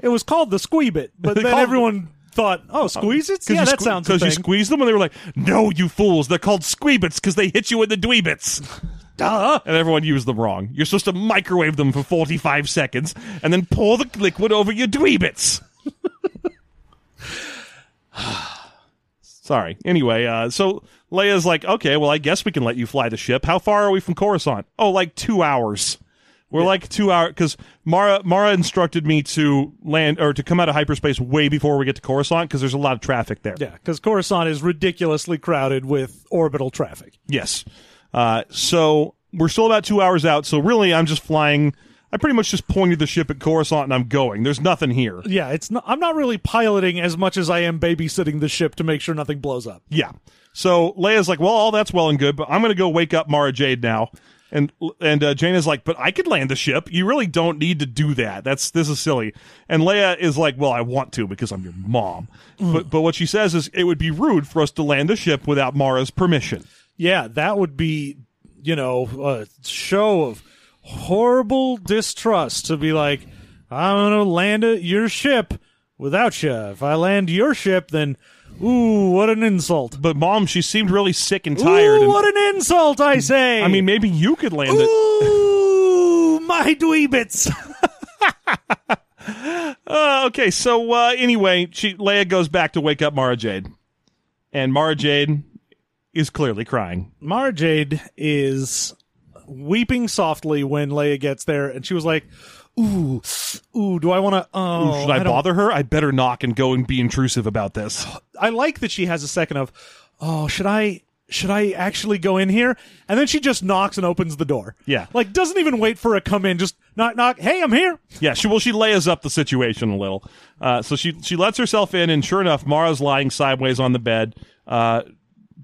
C: it was called the Squeebit, but
B: They
C: then
B: called-
C: everyone thought, oh, squeeze it? Yeah,
B: you
C: that
B: sque-
C: sounds a
B: you
C: thing.
B: squeezed them, and they were like, "No, you fools! They're called squeebits because they hit you in the dweebits."
C: Duh.
B: And everyone used them wrong. You're supposed to microwave them for 45 seconds and then pour the liquid over your dweebits. Sorry. Anyway, uh, so Leia's like, okay, well, I guess we can let you fly the ship. How far are we from Coruscant? Oh, like two hours. We're like two hours because Mara Mara instructed me to land or to come out of hyperspace way before we get to Coruscant because there's a lot of traffic there.
C: Yeah, because Coruscant is ridiculously crowded with orbital traffic.
B: Yes. Uh, so we're still about two hours out. So really, I'm just flying. I pretty much just pointed the ship at Coruscant and I'm going. There's nothing here.
C: Yeah, it's not, I'm not really piloting as much as I am babysitting the ship to make sure nothing blows up.
B: Yeah. So Leia's like, well, all that's well and good, but I'm going to go wake up Mara Jade now. And and uh, Jaina's like, but I could land the ship. You really don't need to do that. That's this is silly. And Leia is like, well, I want to because I'm your mom.
C: Mm.
B: But but what she says is, it would be rude for us to land the ship without Mara's permission.
C: Yeah, that would be, you know, a show of horrible distrust to be like, I'm going to land a, your ship without you. If I land your ship, then, ooh, what an insult.
B: But mom, she seemed really sick and tired.
C: Ooh,
B: and,
C: what an insult, I say.
B: I mean, maybe you could land it.
C: ooh, my dweebits.
B: Uh, okay, so uh, anyway, she Leia goes back to wake up Mara Jade, and Mara Jade is clearly crying.
C: Mara Jade is weeping softly when Leia gets there, and she was like, "Ooh, ooh, do I want to? Oh,
B: Should I,
C: don't-
B: bother her? I better knock and go and be intrusive about this.
C: I like that she has a second of, oh, should I?" Should I actually go in here? And then she just knocks and opens the door.
B: Yeah.
C: Like, doesn't even wait for a come in, just knock, knock. Hey, I'm here.
B: Yeah, she well she layers up the situation a little. Uh, so she she lets herself in, and sure enough, Mara's lying sideways on the bed, uh,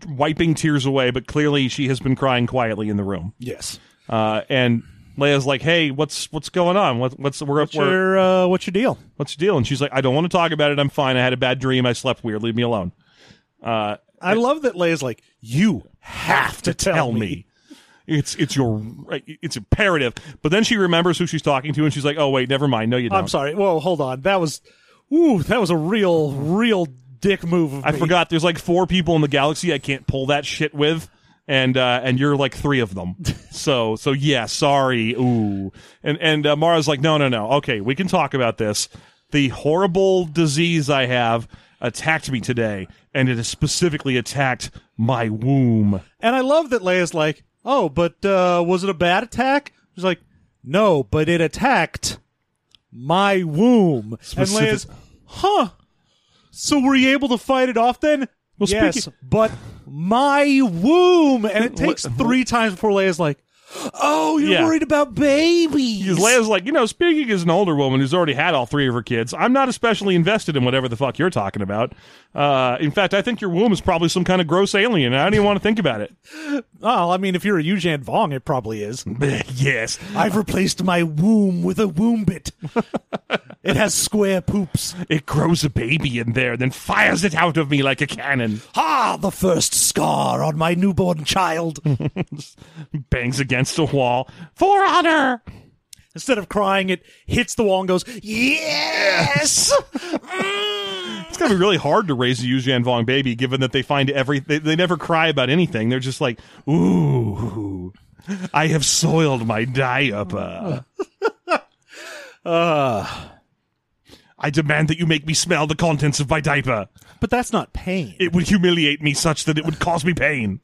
B: wiping tears away, but clearly she has been crying quietly in the room.
C: Yes.
B: Uh, and Leia's like, "Hey, what's what's going on? What, what's we're up?
C: What's
B: we're-
C: your, uh, what's your deal?
B: what's the deal?" And she's like, "I don't want to talk about it. I'm fine. I had a bad dream. I slept weird. Leave me alone."
C: I love that Leia's like, you have to tell,
B: tell
C: me.
B: me. It's it's your it's imperative. But then she remembers who she's talking to, and she's like, "Oh wait, never mind. No, you don't.
C: I'm sorry. Whoa, hold on. That was, ooh, that was a real, real dick move of
B: I
C: me.
B: forgot. There's like four people in the galaxy I can't pull that shit with, and uh, and you're like three of them. so so yeah, sorry. Ooh, and and uh, Mara's like, no no no. Okay, we can talk about this. The horrible disease I have attacked me today, and it has specifically attacked my womb.
C: And I love that Leia's like, oh, but uh, was it a bad attack? She's like, no, but it attacked my womb.
B: Specific-
C: And Leia's, huh. So were you able to fight it off then?
B: Well,
C: yes,
B: speaking-
C: but my womb. And it takes three times before Leia's like, oh, you're
B: Yeah.
C: worried about babies.
B: Because Leia's like, you know, speaking as an older woman who's already had all three of her kids, I'm not especially invested in whatever the fuck you're talking about. Uh, in fact, I think your womb is probably some kind of gross alien. and I don't even want to think about it.
C: oh, I mean, if you're a Yuuzhan Vong, it probably is.
B: yes.
C: I've replaced my womb with a womb bit. it has square poops.
B: It grows a baby in there, then fires it out of me like a cannon,
C: Ah, the first scar on my newborn child.
B: bangs against a wall. For honor!
C: Instead of crying, it hits the wall and goes, Yes! Mm.
B: It's gonna be really hard to raise a Yuuzhan Vong baby, given that they find every they, they never cry about anything. They're just like, ooh, I have soiled my diaper. I demand that you make me smell the contents of my diaper.
C: but that's not pain.
B: It would humiliate me such that it would cause me pain.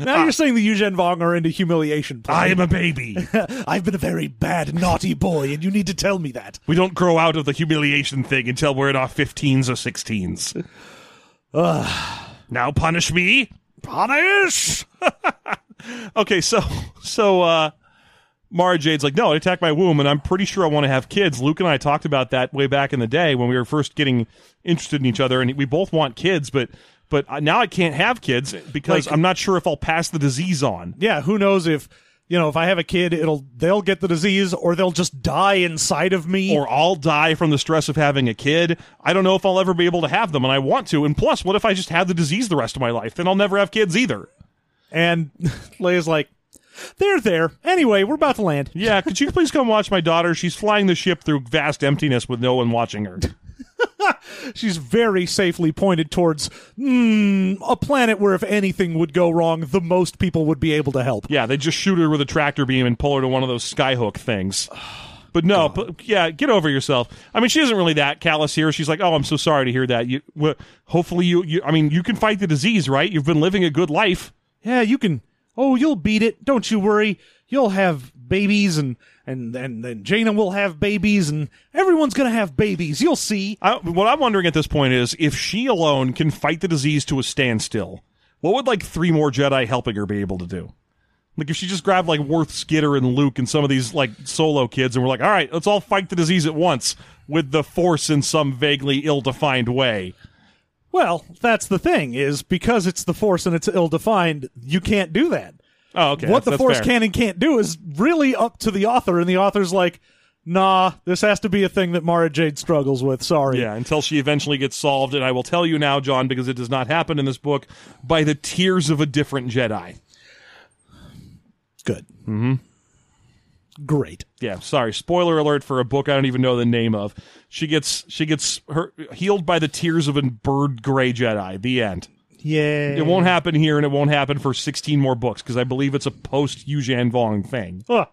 C: now you're saying the Eugene Vong are into humiliation.
B: I am a baby.
C: I've been a very bad, naughty boy, and you need to tell me that.
B: We don't grow out of the humiliation thing until we're in our 15s or 16s. now punish me.
C: Punish!
B: Okay, so so uh Mara Jade's like, no, it attacked my womb, and I'm pretty sure I want to have kids. Luke and I talked about that way back in the day when we were first getting interested in each other, and we both want kids, but but I- now I can't have kids because
C: Like-
B: I'm not sure if I'll pass the disease on.
C: Yeah, who knows if, you know, if I have a kid, it'll they'll get the disease or they'll just die inside of me.
B: Or I'll die from the stress of having a kid. I don't know if I'll ever be able to have them, and I want to. And plus, what if I just have the disease the rest of my life? Then I'll never have kids either.
C: and Leia's like, They're there. Anyway, we're about to land.
B: Yeah, could you please come watch my daughter? She's flying the ship through vast emptiness with no one watching her.
C: she's very safely pointed towards mm, a planet where if anything would go wrong, the most people would be able to help.
B: Yeah, they just shoot her with a tractor beam and pull her to one of those skyhook things. But no, but, yeah, get over yourself. I mean, she isn't really that callous here. She's like, "Oh, I'm so sorry to hear that. You, wha- hopefully, you, you. I mean, you can fight the disease, right? You've been living a good life.
C: Yeah, you can. Oh, you'll beat it. Don't you worry. You'll have babies, and and and then Jaina will have babies, and everyone's gonna have babies. You'll see.
B: I, what I'm wondering at this point is if she alone can fight the disease to a standstill, what would like three more Jedi helping her be able to do? Like if she just grabbed like Worth Skidder and Luke and some of these like solo kids and we're like, all right, let's all fight the disease at once with the Force in some vaguely ill-defined way.
C: Well, that's the thing is because it's the force and it's ill defined, you can't do that.
B: Oh, okay.
C: what
B: that's-
C: the
B: that's
C: force
B: fair.
C: can and can't do is really up to the author, and the author's like, nah, this has to be a thing that Mara Jade struggles with. Sorry.
B: Yeah, until she eventually gets solved, and I will tell you now, John, because it does not happen in this book, by the tears of a different Jedi.
C: Good. Mm-hmm. Great.
B: yeah sorry spoiler alert for a book i don't even know the name of she gets she gets her healed by the tears of a bird gray jedi the end
C: Yeah.
B: it won't happen here and it won't happen for 16 more books because i believe it's a post yuuzhan vong thing
C: Ugh.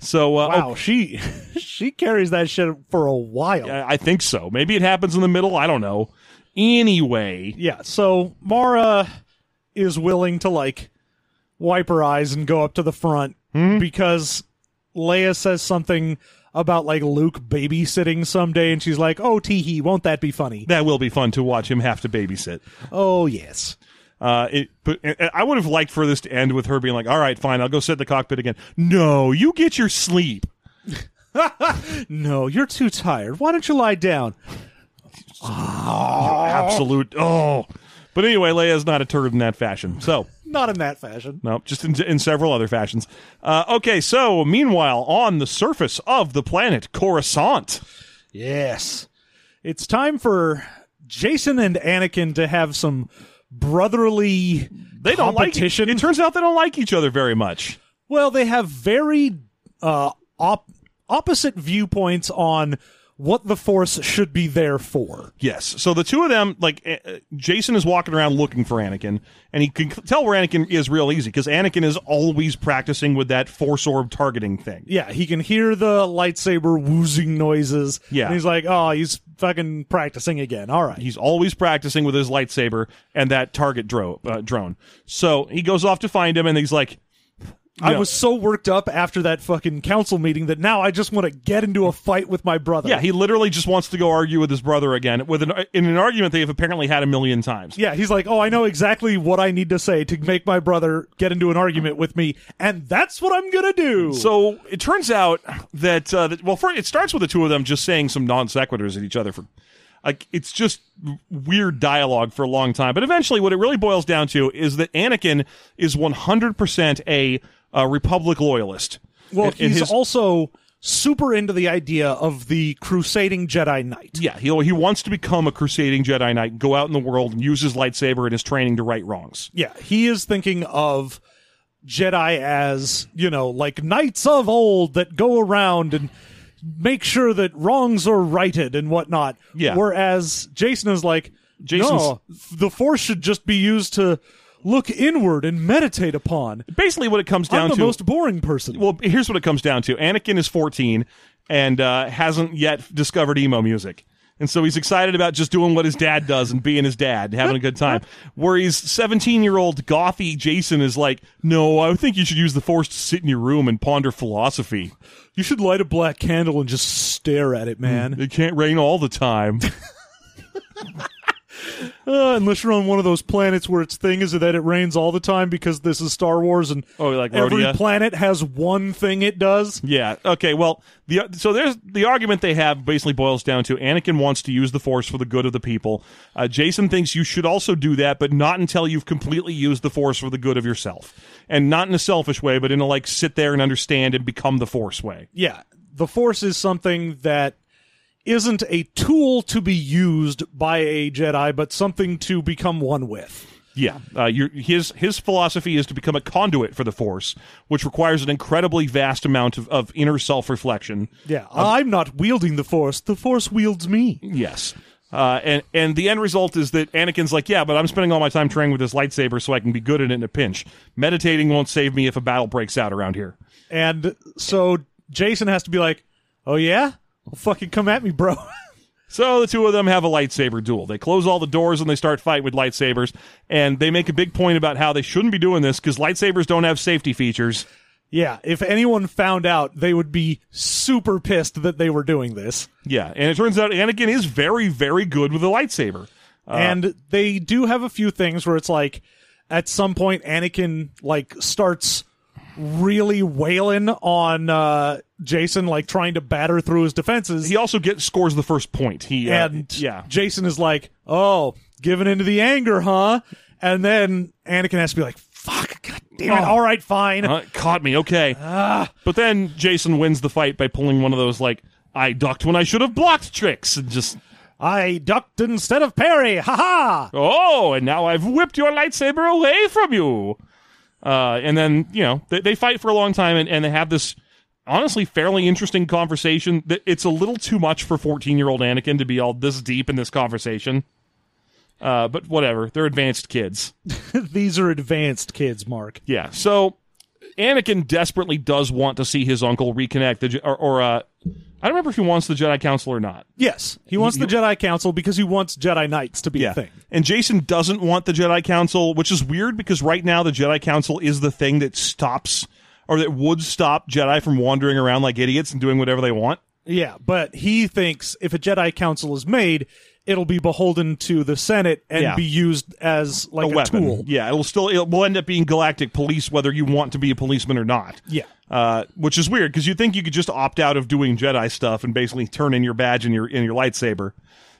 B: so uh,
C: Ah, Wow, Oh, she she carries that shit for a while.
B: oh, I, I think so maybe it happens in the middle i don't know anyway
C: yeah so mara is willing to like wipe her eyes and go up to the front because leia says something about like luke babysitting someday and she's like oh teehee won't that be funny
B: that will be fun to watch him have to babysit
C: oh yes
B: Uh, it, but and- and I would have liked for this to end with her being like, "All right, fine, I'll go sit in the cockpit again." No, you get your sleep.
C: no you're too tired why don't you lie down
B: Absolute. Oh, but anyway, Leia's not a turd in that fashion. So.
C: not in that fashion
B: No, just in, in several other fashions. Uh, okay, so meanwhile, on the surface of the planet Coruscant,
C: yes it's time for jason and anakin to have some brotherly
B: they don't like it.
C: competition
B: It turns out they don't like each other very much.
C: Well, they have very uh, op- opposite viewpoints on what the Force should be there for.
B: Yes. So the two of them, like uh, uh, Jason is walking around looking for Anakin, and he can tell where Anakin is real easy because Anakin is always practicing with that force orb targeting thing.
C: Yeah, he can hear the lightsaber woozing noises.
B: Yeah.
C: and he's like, oh, he's fucking practicing again. All right.
B: He's always practicing with his lightsaber and that target dro- uh, drone. So he goes off to find him, and he's like,
C: I
B: Yeah.
C: was so worked up after that fucking council meeting that now I just want to get into a fight with my brother.
B: Yeah, he literally just wants to go argue with his brother again with an in an argument they have apparently had a million times.
C: Yeah, he's like, oh, I know exactly what I need to say to make my brother get into an argument with me, and that's what I'm gonna do.
B: So it turns out that, uh, that well, first, it starts with the two of them just saying some non sequiturs at each other for like it's just w- weird dialogue for a long time. But eventually, what it really boils down to is that Anakin is 100 percent a uh, Republic loyalist.
C: Well,
B: And- and
C: he's
B: his-
C: also super into the idea of the crusading Jedi Knight.
B: yeah, he he wants to become a crusading Jedi Knight, go out in the world and use his lightsaber and his training to right wrongs.
C: Yeah, he is thinking of Jedi as, you know, like knights of old that go around and make sure that wrongs are righted and whatnot.
B: Yeah.
C: Whereas Jason is like,
B: Jason's-
C: no, the Force should just be used to look inward and meditate upon.
B: Basically, what it comes down
C: I'm the
B: to
C: most boring person.
B: well, here's what it comes down to. Anakin is 14 and uh, hasn't yet discovered emo music. And so he's excited about just doing what his dad does and being his dad and having a good time. Whereas 17 year old gothy Jason is like, no, I think you should use the force to sit in your room and ponder philosophy.
C: you should light a black candle and just stare at it, man.
B: It can't rain all the time.
C: Uh, unless you're on one of those planets where its thing is that it rains all the time because this is Star Wars and
B: Oh, like
C: every
B: Rhodia?
C: planet has one thing it does.
B: Yeah. Okay. Well, the so there's the argument they have basically boils down to Anakin wants to use the Force for the good of the people. Uh, Jason thinks you should also do that, but not until you've completely used the Force for the good of yourself, and not in a selfish way, but in a like sit there and understand and become the Force way.
C: Yeah, the Force is something that isn't a tool to be used by a Jedi, but something to become one with.
B: Yeah. Uh, your, his his philosophy is to become a conduit for the Force, which requires an incredibly vast amount of, of inner self reflection.
C: Yeah, I'm not wielding the Force; the Force wields me.
B: Yes. Uh, and and the end result is that Anakin's like, yeah, but I'm spending all my time training with this lightsaber so I can be good at it in a pinch. Meditating won't save me if a battle breaks out around here.
C: And so Jason has to be like, "Oh yeah, well, fucking come at me, bro."
B: So the two of them have a lightsaber duel. They close all the doors and they start fighting with lightsabers. And they make a big point about how they shouldn't be doing this because lightsabers don't have safety features.
C: yeah, if anyone found out, they would be super pissed that they were doing this.
B: Yeah, and it turns out Anakin is very, very good with a lightsaber.
C: and they do have a few things where it's like at some point Anakin like starts really wailing on uh Jason like trying to batter through his defenses
B: He also gets scores the first point. He uh,
C: and
B: yeah,
C: Jason is like, "Oh, giving into the anger, huh?" And then Anakin has to be like, "Fuck, god damn it.
B: Oh.
C: All right, fine."
B: Uh, caught me. Okay, but then Jason wins the fight by pulling one of those like I ducked when I should have blocked tricks and just
C: I ducked instead of parry. Ha ha.
B: oh, and now I've whipped your lightsaber away from you. Uh, and then you know they, they fight for a long time and, and they have this honestly fairly interesting conversation. That it's a little too much for fourteen year old Anakin to be all this deep in this conversation. Uh, but whatever, they're advanced kids.
C: These are advanced kids, Mark.
B: Yeah. So Anakin desperately does want to see his uncle reconnect the Je- or, or uh, I don't remember if he wants the Jedi Council or not.
C: Yes, he wants the Jedi Council because he wants Jedi Knights to be a thing.
B: And Jason doesn't want the Jedi Council, which is weird because right now the Jedi Council is the thing that stops or that would stop Jedi from wandering around like idiots and doing whatever they want.
C: Yeah, but he thinks if a Jedi Council is made, it'll be beholden to the Senate and
B: Yeah.
C: be used as like
B: A,
C: a,
B: weapon.
C: tool.
B: Yeah, it'll still it will end up being galactic police whether you want to be a policeman or not.
C: Yeah.
B: Uh, which is weird because you think you could just opt out of doing Jedi stuff and basically turn in your badge and your in your lightsaber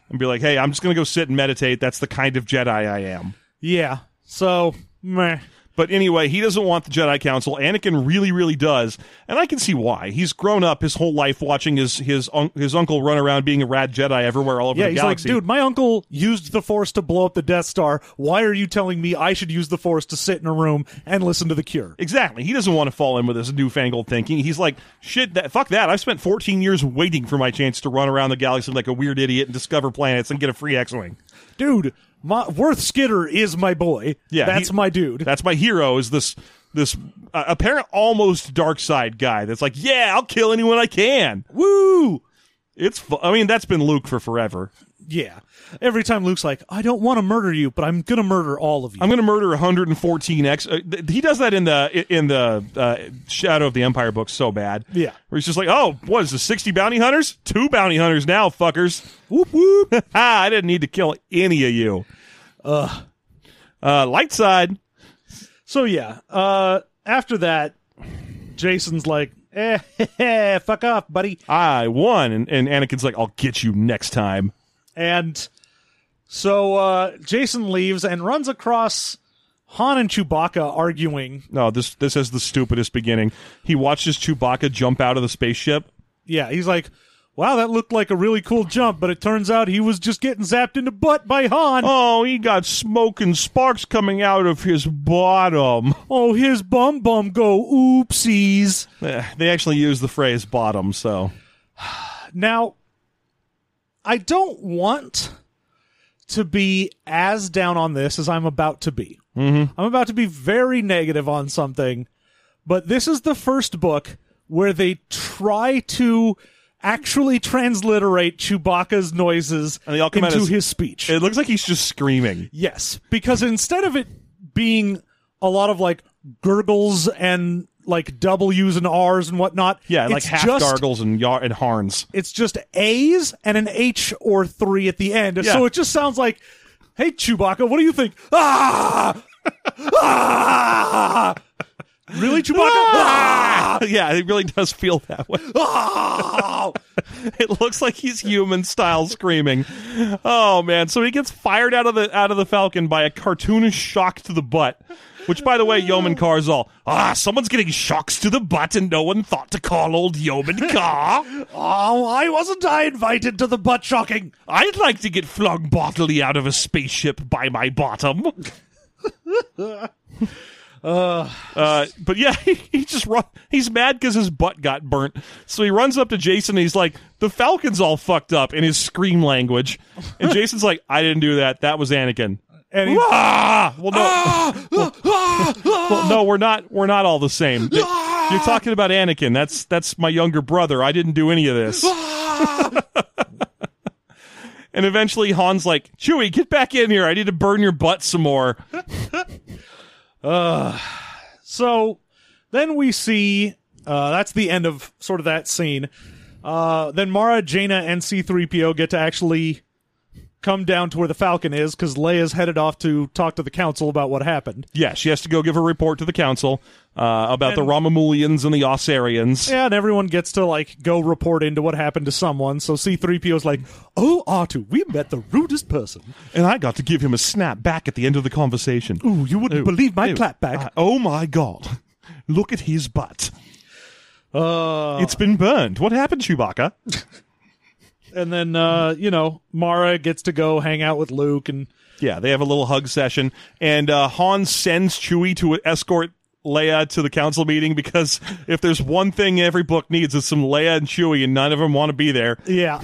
B: and be like, "Hey, I'm just gonna go sit and meditate. That's the kind of Jedi I am."
C: Yeah. So, meh.
B: But anyway, he doesn't want the Jedi Council. Anakin really, really does, and I can see why. He's grown up his whole life watching his his un- his uncle run around being a rad Jedi everywhere all over
C: Yeah,
B: the
C: he's
B: galaxy.
C: like, dude, my uncle used the Force to blow up the Death Star. Why are you telling me I should use the Force to sit in a room and listen to The Cure?
B: Exactly. He doesn't want to fall in with this newfangled thinking. He's like, shit, that fuck that. I've spent 14 years waiting for my chance to run around the galaxy like a weird idiot and discover planets and get a free X-wing.
C: Dude, my, Worth Skidder is my boy.
B: Yeah,
C: That's
B: he-
C: my dude.
B: That's my hero. Is this this uh, apparent almost dark side guy that's like, yeah, I'll kill anyone I can. Woo! It's. Fu- I mean, that's been Luke for forever.
C: yeah. Every time Luke's like, I don't want to murder you, but I'm going to murder all of you.
B: I'm going to murder 114 X. Uh, th- he does that in the in the uh, Shadow of the Empire book so bad.
C: Yeah.
B: where he's just like, oh, what is this? 60 bounty hunters? Two bounty hunters now, fuckers.
C: whoop, whoop.
B: ah, I didn't need to kill any of you. Ugh. Uh, light side.
C: So yeah, uh, after that, Jason's like, eh, fuck off, buddy.
B: I won, and, and Anakin's like, I'll get you next time.
C: And so uh, Jason leaves and runs across Han and Chewbacca arguing.
B: No, this this has the stupidest beginning. He watches Chewbacca jump out of the spaceship.
C: Yeah, he's like, wow, that looked like a really cool jump, but it turns out he was just getting zapped in the butt by Han. Oh,
B: Oh, he got smoke and sparks coming out of his bottom.
C: Oh, his bum bum go oopsies.
B: Eh, They actually use the phrase bottom, so
C: Now, I don't want to be as down on this as I'm about to be. Mm-hmm. I'm about to be very negative on something, but this is the first book where they try to actually transliterate Chewbacca's noises
B: And they all come out
C: into
B: as-
C: his speech.
B: it looks like he's just screaming.
C: yes, because instead of it being a lot of like gurgles and like W's and R's and whatnot,
B: Yeah, like
C: it's
B: half
C: just
B: gargles and yar- and harns.
C: it's just A's and an H or three at the end. So it just sounds like, hey, Chewbacca, what do you think? Ah! ah! Really, Chewbacca? Ah!
B: yeah, it really does feel that way.
C: Ah!
B: It looks like he's human style screaming. Oh man! So he gets fired out of the out of the Falcon by a cartoonish shock to the butt. Which, by the way, Yeoman Carr's all ah. Someone's getting shocks to the butt, and no one thought to call old Yeoman Carr.
C: Oh, I wasn't I invited to the butt shocking.
B: I'd like to get flung bodily out of a spaceship by my bottom. Uh, but yeah, he, he just run, he's mad because his butt got burnt. So he runs up to Jason and he's like, "The Falcon's all fucked up" in his scream language, and Jason's like, "I didn't do that. That was Anakin."
C: And he-
B: Wah! well, no,
C: Ah!
B: well, no, we're not. We're not all the same. You're
C: Ah!
B: talking about Anakin. That's that's my younger brother. I didn't do any of this.
C: Ah!
B: and eventually, Han's like, "Chewie, get back in here. I need to burn your butt some more."
C: So then we see uh, that's the end of sort of that scene. Uh, then Mara, Jaina, and C3PO get to actually come down to where the Falcon is because Leia's headed off to talk to the council about what happened.
B: Yeah, she has to go give a report to the council uh, about the Romulians and the Osarians.
C: Yeah, and everyone gets to like go report into what happened to someone. So C3PO's like, Oh, R2, we met the rudest person.
B: And I got to give him a snap back at the end of the conversation.
C: Ooh, you wouldn't believe my clapback.
B: I- oh my god. Look at his butt.
C: Uh,
B: it's been burned. What happened, Chewbacca?
C: and then, uh, you know, Mara gets to go hang out with Luke and.
B: yeah, they have a little hug session, and uh, Han sends Chewie to escort Leia to the council meeting because if there's one thing every book needs, it's some Leia and Chewie, and none of them want to be there.
C: Yeah.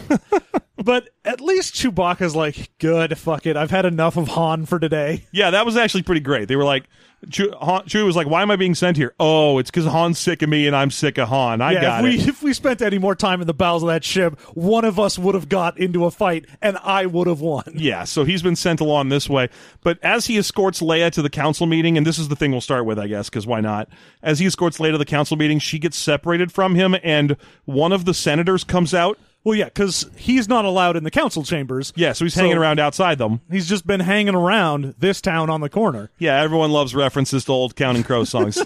C: but at least Chewbacca's like, good, fuck it. I've had enough of Han for today.
B: Yeah, that was actually pretty great. They were like, Chew- Han- Chewie was like, "Why am I being sent here? Oh, it's because Han's sick of me, and I'm sick of Han. I
C: yeah,
B: got
C: if we
B: it."
C: if we spent any more time in the bowels of that ship, one of us would have got into a fight and I would have won.
B: Yeah, so he's been sent along this way. But as he escorts Leia to the council meeting, and this is the thing we'll start with, I guess, because why not? As he escorts Leia to the council meeting, she gets separated from him, and one of the senators comes out.
C: Well, yeah, cuz he's not allowed in the council chambers.
B: Yeah, so he's hanging around outside them.
C: He's just been hanging around this town on the corner.
B: Yeah, everyone loves references to old Counting Crow songs.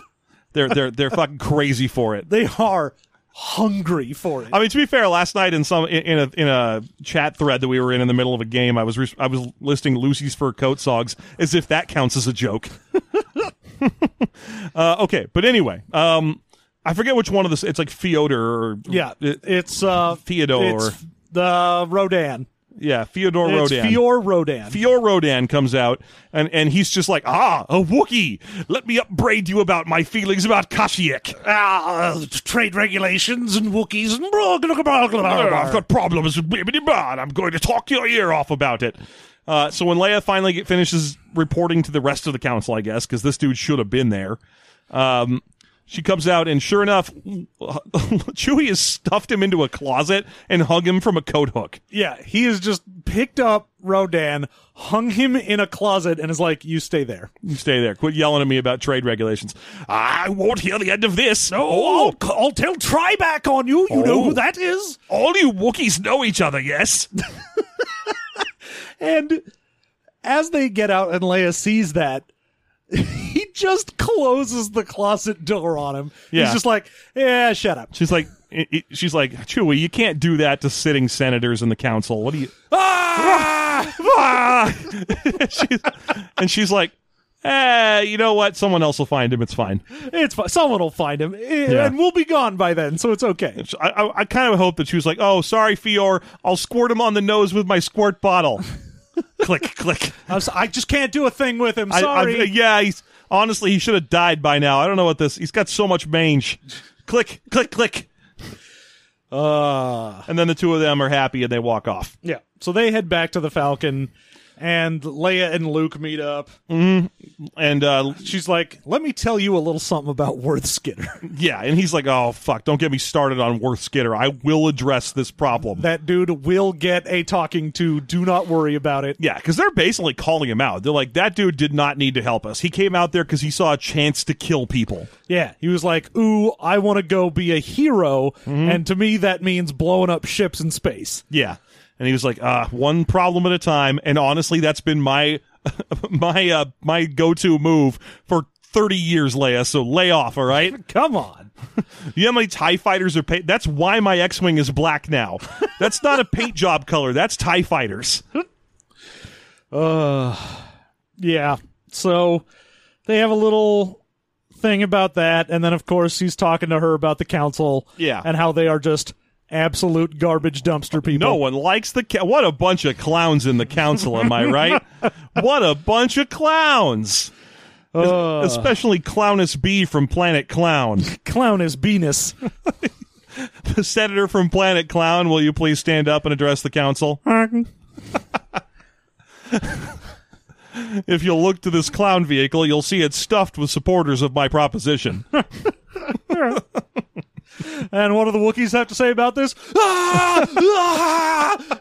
B: they're they're they're fucking crazy for it.
C: They are hungry for it.
B: I mean, to be fair, last night in some in in a in a chat thread that we were in in the middle of a game, I was re- I was listing Lucy's fur coat songs as if that counts as a joke. uh, okay, but anyway, um, I forget which one of this. It's like Fyodor or
C: yeah,
B: it-
C: it's uh
B: Theodore.
C: it's the Rodan.
B: yeah, Fyodor
C: It's
B: Rodan.
C: Fior Rodan.
B: Fior Rodan comes out and, and he's just like, ah, a Wookiee. Let me upbraid you about my feelings about Kashyyyk.
C: ah, uh, trade regulations and Wookiees and blah, blah, blah, blah, blah,
B: Uh,
C: blah, blah.
B: I've got problems with Bibbidi Bad. I'm going to talk your ear off about it. Uh, so when Leia finally get, finishes reporting to the rest of the council, I guess, because this dude should have been there, um, she comes out and sure enough, Chewie has stuffed him into a closet and hung him from a coat hook.
C: Yeah, he has just picked up Rodan, hung him in a closet, and is like, "You stay there."
B: You stay there. Quit yelling at me about trade regulations. I won't hear the end of this. Oh. No.
C: I'll, I'll tell Tryback on you. You know
B: Oh.
C: who that is.
B: all you Wookiees know each other, yes?
C: And as they get out, and Leia sees that. He just closes the closet door on him.
B: Yeah.
C: He's just like, "Yeah, shut up."
B: She's like, it- it- she's like, Chewie, you can't do that to sitting senators in the council. What do you? Ah! she's, and she's like, eh, you know what? Someone else will find him. It's fine.
C: It's fine. Someone will find him, eh,
B: Yeah.
C: and we'll be gone by then, so it's okay.
B: So I, I, I kind of hope that she was like, oh, sorry, Fior. I'll squirt him on the nose with my squirt bottle. click, click.
C: I'm so- I just can't do a thing with him.
B: I- eh, I-
C: Sorry.
B: yeah, he's honestly he should have died by now. I don't know what this. He's got so much mange. click, click, click.
C: Ah.
B: Uh, and then the two of them are happy and they walk off.
C: Yeah. So they head back to the Falcon, and Leia and Luke meet up.
B: And uh,
C: She's like, "Let me tell you a little something about Worth Skinner."
B: Yeah, and he's like, "Oh fuck, don't get me started on Worth Skidder. I will address this problem."
C: that dude will get a talking to. Do not worry about it.
B: Yeah, because they're basically calling him out. They're like, "That dude did not need to help us. He came out there because he saw a chance to kill people."
C: Yeah. He was like, "Ooh, I want to go be a hero," and to me that means blowing up ships in space.
B: Yeah, and he was like, "Uh, one problem at a time." And honestly, that's been my my uh, my go to move for thirty years, Leia. So lay off, all right?
C: Come on.
B: You know how many Tie Fighters are paint? That's why my X wing is black now. That's not a paint job color. That's Tie Fighters.
C: Yeah. So they have a little thing about that and then of course he's talking to her about the council
B: Yeah.
C: and how they are just absolute garbage dumpster people.
B: No one likes the ca- what a bunch of clowns in the council. Am I right? what a bunch of clowns.
C: Uh,
B: especially Clownus B from Planet Clown.
C: clown is Venus.
B: the senator from Planet Clown, will you please stand up and address the council? If you'll look to this clown vehicle, you'll see it's stuffed with supporters of my proposition.
C: and what do the Wookiees have to say about this? Ah! Ah!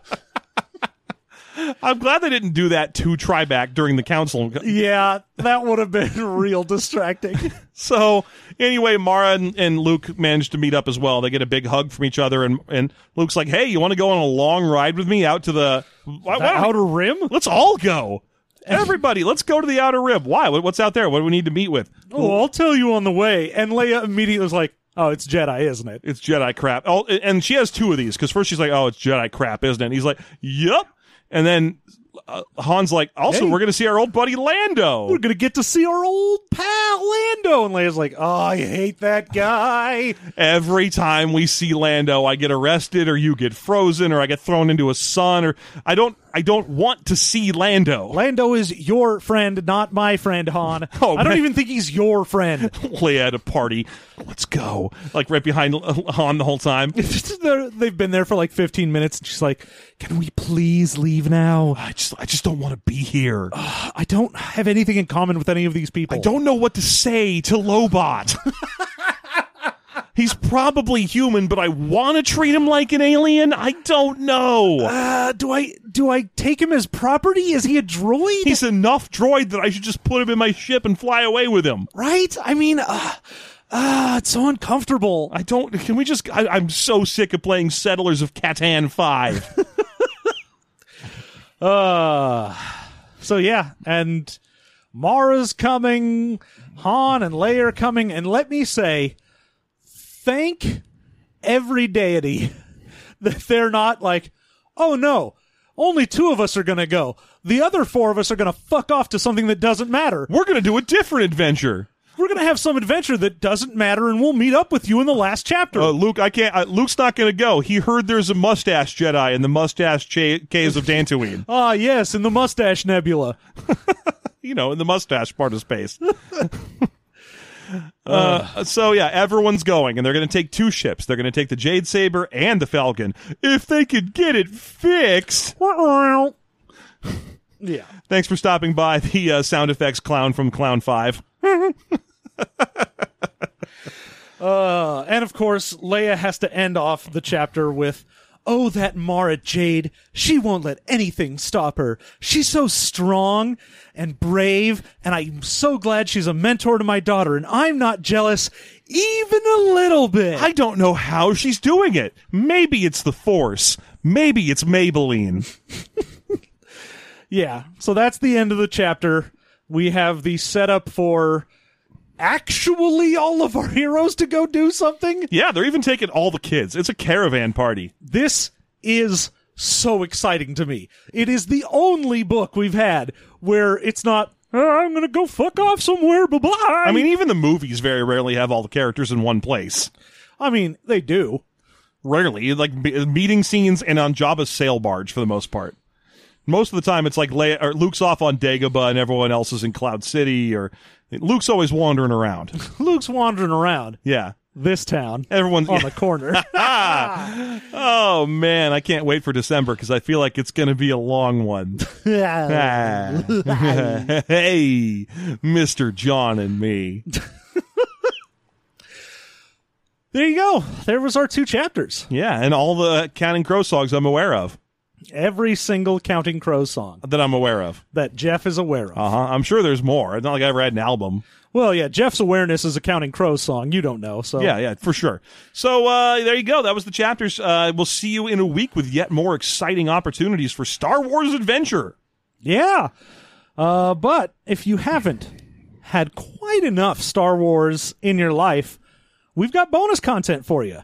B: I'm glad they didn't do that to Triback during the council.
C: yeah, that would have been real distracting.
B: So anyway, Mara and, and Luke manage to meet up as well. They get a big hug from each other, and and Luke's like, "Hey, you want to go on a long ride with me out to the, why,
C: The
B: why don't we-
C: Outer Rim?
B: Let's all go. Everybody, let's go to the outer rim. Why? What- What's out there? What do we need to meet with?
C: Oh, I'll tell you on the way. And Leia immediately was like, "Oh, it's Jedi, isn't it?"
B: It's Jedi crap. Oh, and she has two of these because first she's like, "Oh, it's Jedi crap, isn't it?" And he's like, "Yup." And then uh, Han's like, "Also,
C: Hey.
B: we're gonna see our old buddy Lando."
C: We're gonna get to see our old pal Lando. And Leia's like, "Oh, I hate that guy."
B: Every time we see Lando, I get arrested, or you get frozen, or I get thrown into a sun, or I don't. I don't want to see Lando.
C: Lando is your friend, not my friend, Han.
B: Oh,
C: I don't
B: man.
C: even think he's your friend.
B: Leia at a party. Let's go. Like right behind uh, Han the whole time.
C: They're- They've been there for like 15 minutes, and she's like, "Can we please leave now?
B: I just. I just don't want to be here.
C: I don't have anything in common with any of these people."
B: I don't know what to say to Lobot. He's probably human, but I want to treat him like an alien. I don't know.
C: Uh, do I do I take him as property? Is he a droid?
B: He's enough droid that I should just put him in my ship and fly away with him.
C: right? I mean, uh, uh, it's so uncomfortable.
B: I don't. Can we just? I, I'm so sick of playing Settlers of Catan Five.
C: Uh, so yeah, and Mara's coming, Han and Leia are coming, and let me say, thank every deity that they're not like, oh no, only two of us are gonna go. The other four of us are gonna fuck off to something that doesn't matter.
B: We're gonna do a different adventure.
C: We're gonna have some adventure that doesn't matter, and we'll meet up with you in the last chapter.
B: Uh, Luke, I can't. Uh, Luke's not gonna go. He heard there's a mustache Jedi in the mustache cha- caves of Dantooine.
C: ah, yes, in the Mustache Nebula.
B: you know, in the mustache part of space. uh, so yeah, everyone's going, and they're going to take two ships. They're going to take the Jade Saber and the Falcon if they could get it fixed.
C: yeah.
B: Thanks for stopping by, the uh, sound effects clown from Clown Five.
C: Uh, and of course, Leia has to end off the chapter with, "Oh, that Mara Jade! She won't let anything stop her. She's so strong and brave, and I'm so glad she's a mentor to my daughter. And I'm not jealous, even a little bit."
B: I don't know how she's doing it. Maybe it's the Force. Maybe it's Maybelline.
C: yeah. So that's the end of the chapter. We have the setup for actually all of our heroes to go do something.
B: Yeah, they're even taking all the kids. It's a caravan party.
C: this is so exciting to me. It is the only book we've had where it's not, "Oh, I'm going to go fuck off somewhere, bye bye.
B: I mean, even the movies very rarely have all the characters in one place.
C: I mean, they do.
B: rarely like be- uh, meeting scenes and on Jabba's sail barge for the most part. Most of the time, it's like Leia, or Luke's off on Dagobah and everyone else is in Cloud City, or Luke's always wandering around.
C: Luke's wandering around
B: yeah,
C: this town
B: everyone's.
C: on the corner.
B: oh man, I can't wait for December because I feel like it's going to be a long one. Ah. hey, Mister John and me.
C: there you go. There was our two chapters.
B: Yeah, and all the Counting Crow songs I'm aware of
C: Every single Counting Crow song
B: that I'm aware of.
C: that Jeff is aware of.
B: Uh huh. I'm sure there's more. It's not like I ever had an album.
C: well, yeah, Jeff's awareness is a Counting Crow song. You don't know, so
B: Yeah, yeah, for sure. So uh, there you go. That was the chapters. Uh, we'll see you in a week with yet more exciting opportunities for Star Wars Adventure.
C: Yeah. Uh, but if you haven't had quite enough Star Wars in your life, we've got bonus content for you.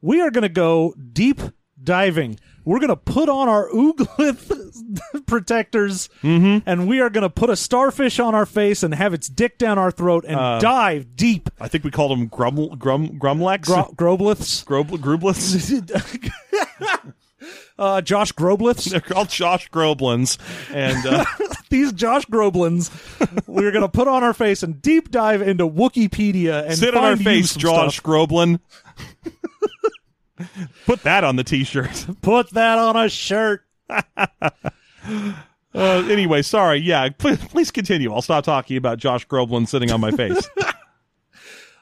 C: We are going to go deep diving. We're going to put on our ooglith protectors and we are going to put a starfish on our face and have its dick down our throat and dive deep.
B: I think we called them Grum Grum Grumlex,
C: Gro- grobleths.
B: Grob- Grublets.
C: uh, Josh Grobliths.
B: They're called Josh Groblins, and uh,
C: These Josh Groblins, we're going to put on our face and deep dive into Wikipedia and
B: sit on our
C: find you
B: face,
C: some
B: Josh
C: stuff.
B: Groblin. Put that on the T-shirt.
C: Put that on a shirt.
B: Uh, anyway, sorry. Yeah, please, please continue. I'll stop talking about Josh Groblin sitting on my face.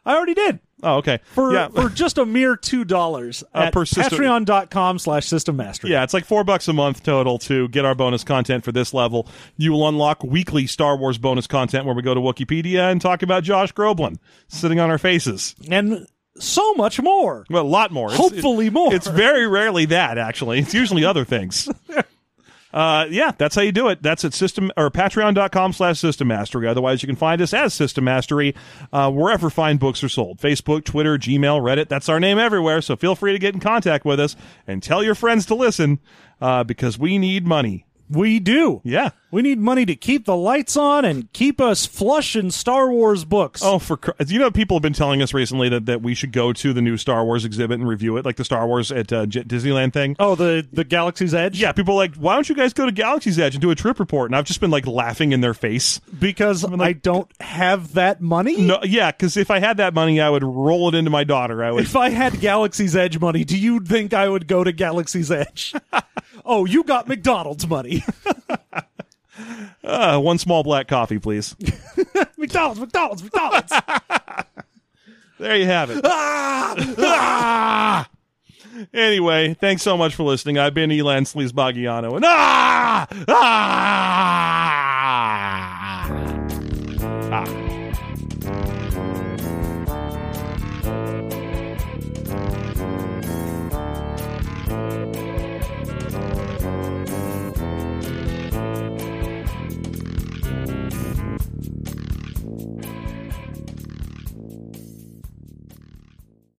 C: I already did.
B: oh, okay.
C: For,
B: yeah,
C: for just a mere two dollars at
B: per system-
C: patreon.com slash system mastery.
B: yeah, it's like four bucks a month total to get our bonus content for this level. You will unlock weekly Star Wars bonus content where we go to Wikipedia and talk about Josh Groblin sitting on our faces.
C: And so much more.
B: Well, a lot more. It's-
C: Hopefully more.
B: It's very rarely that actually. It's usually other things. Uh, yeah, that's how you do it. That's at system or patreon.com slash system mastery. Otherwise you can find us as system mastery, uh, wherever fine books are sold. Facebook, Twitter, Gmail, Reddit. That's our name everywhere. So feel free to get in contact with us and tell your friends to listen, uh, because we need money.
C: We do.
B: Yeah.
C: We need money to keep the lights on and keep us flush in Star Wars books.
B: Oh, for cr- you know, people have been telling us recently that, that we should go to the new Star Wars exhibit and review it, like the Star Wars at uh, J- Disneyland thing.
C: Oh, the the Galaxy's Edge.
B: Yeah, people are like, why don't you guys go to Galaxy's Edge and do a trip report? And I've just been like laughing in their face.
C: because I don't have that money.
B: No, yeah, because if I had that money, I would roll it into my daughter. I would.
C: If I had Galaxy's Edge money, do you think I would go to Galaxy's Edge? oh, you got McDonald's money.
B: Uh, one small black coffee, please.
C: McDonald's, McDonald's, McDonald's.
B: There you have it. Ah! Anyway, thanks so much for listening. I've been Elan Sleesbagiano, and ah, ah.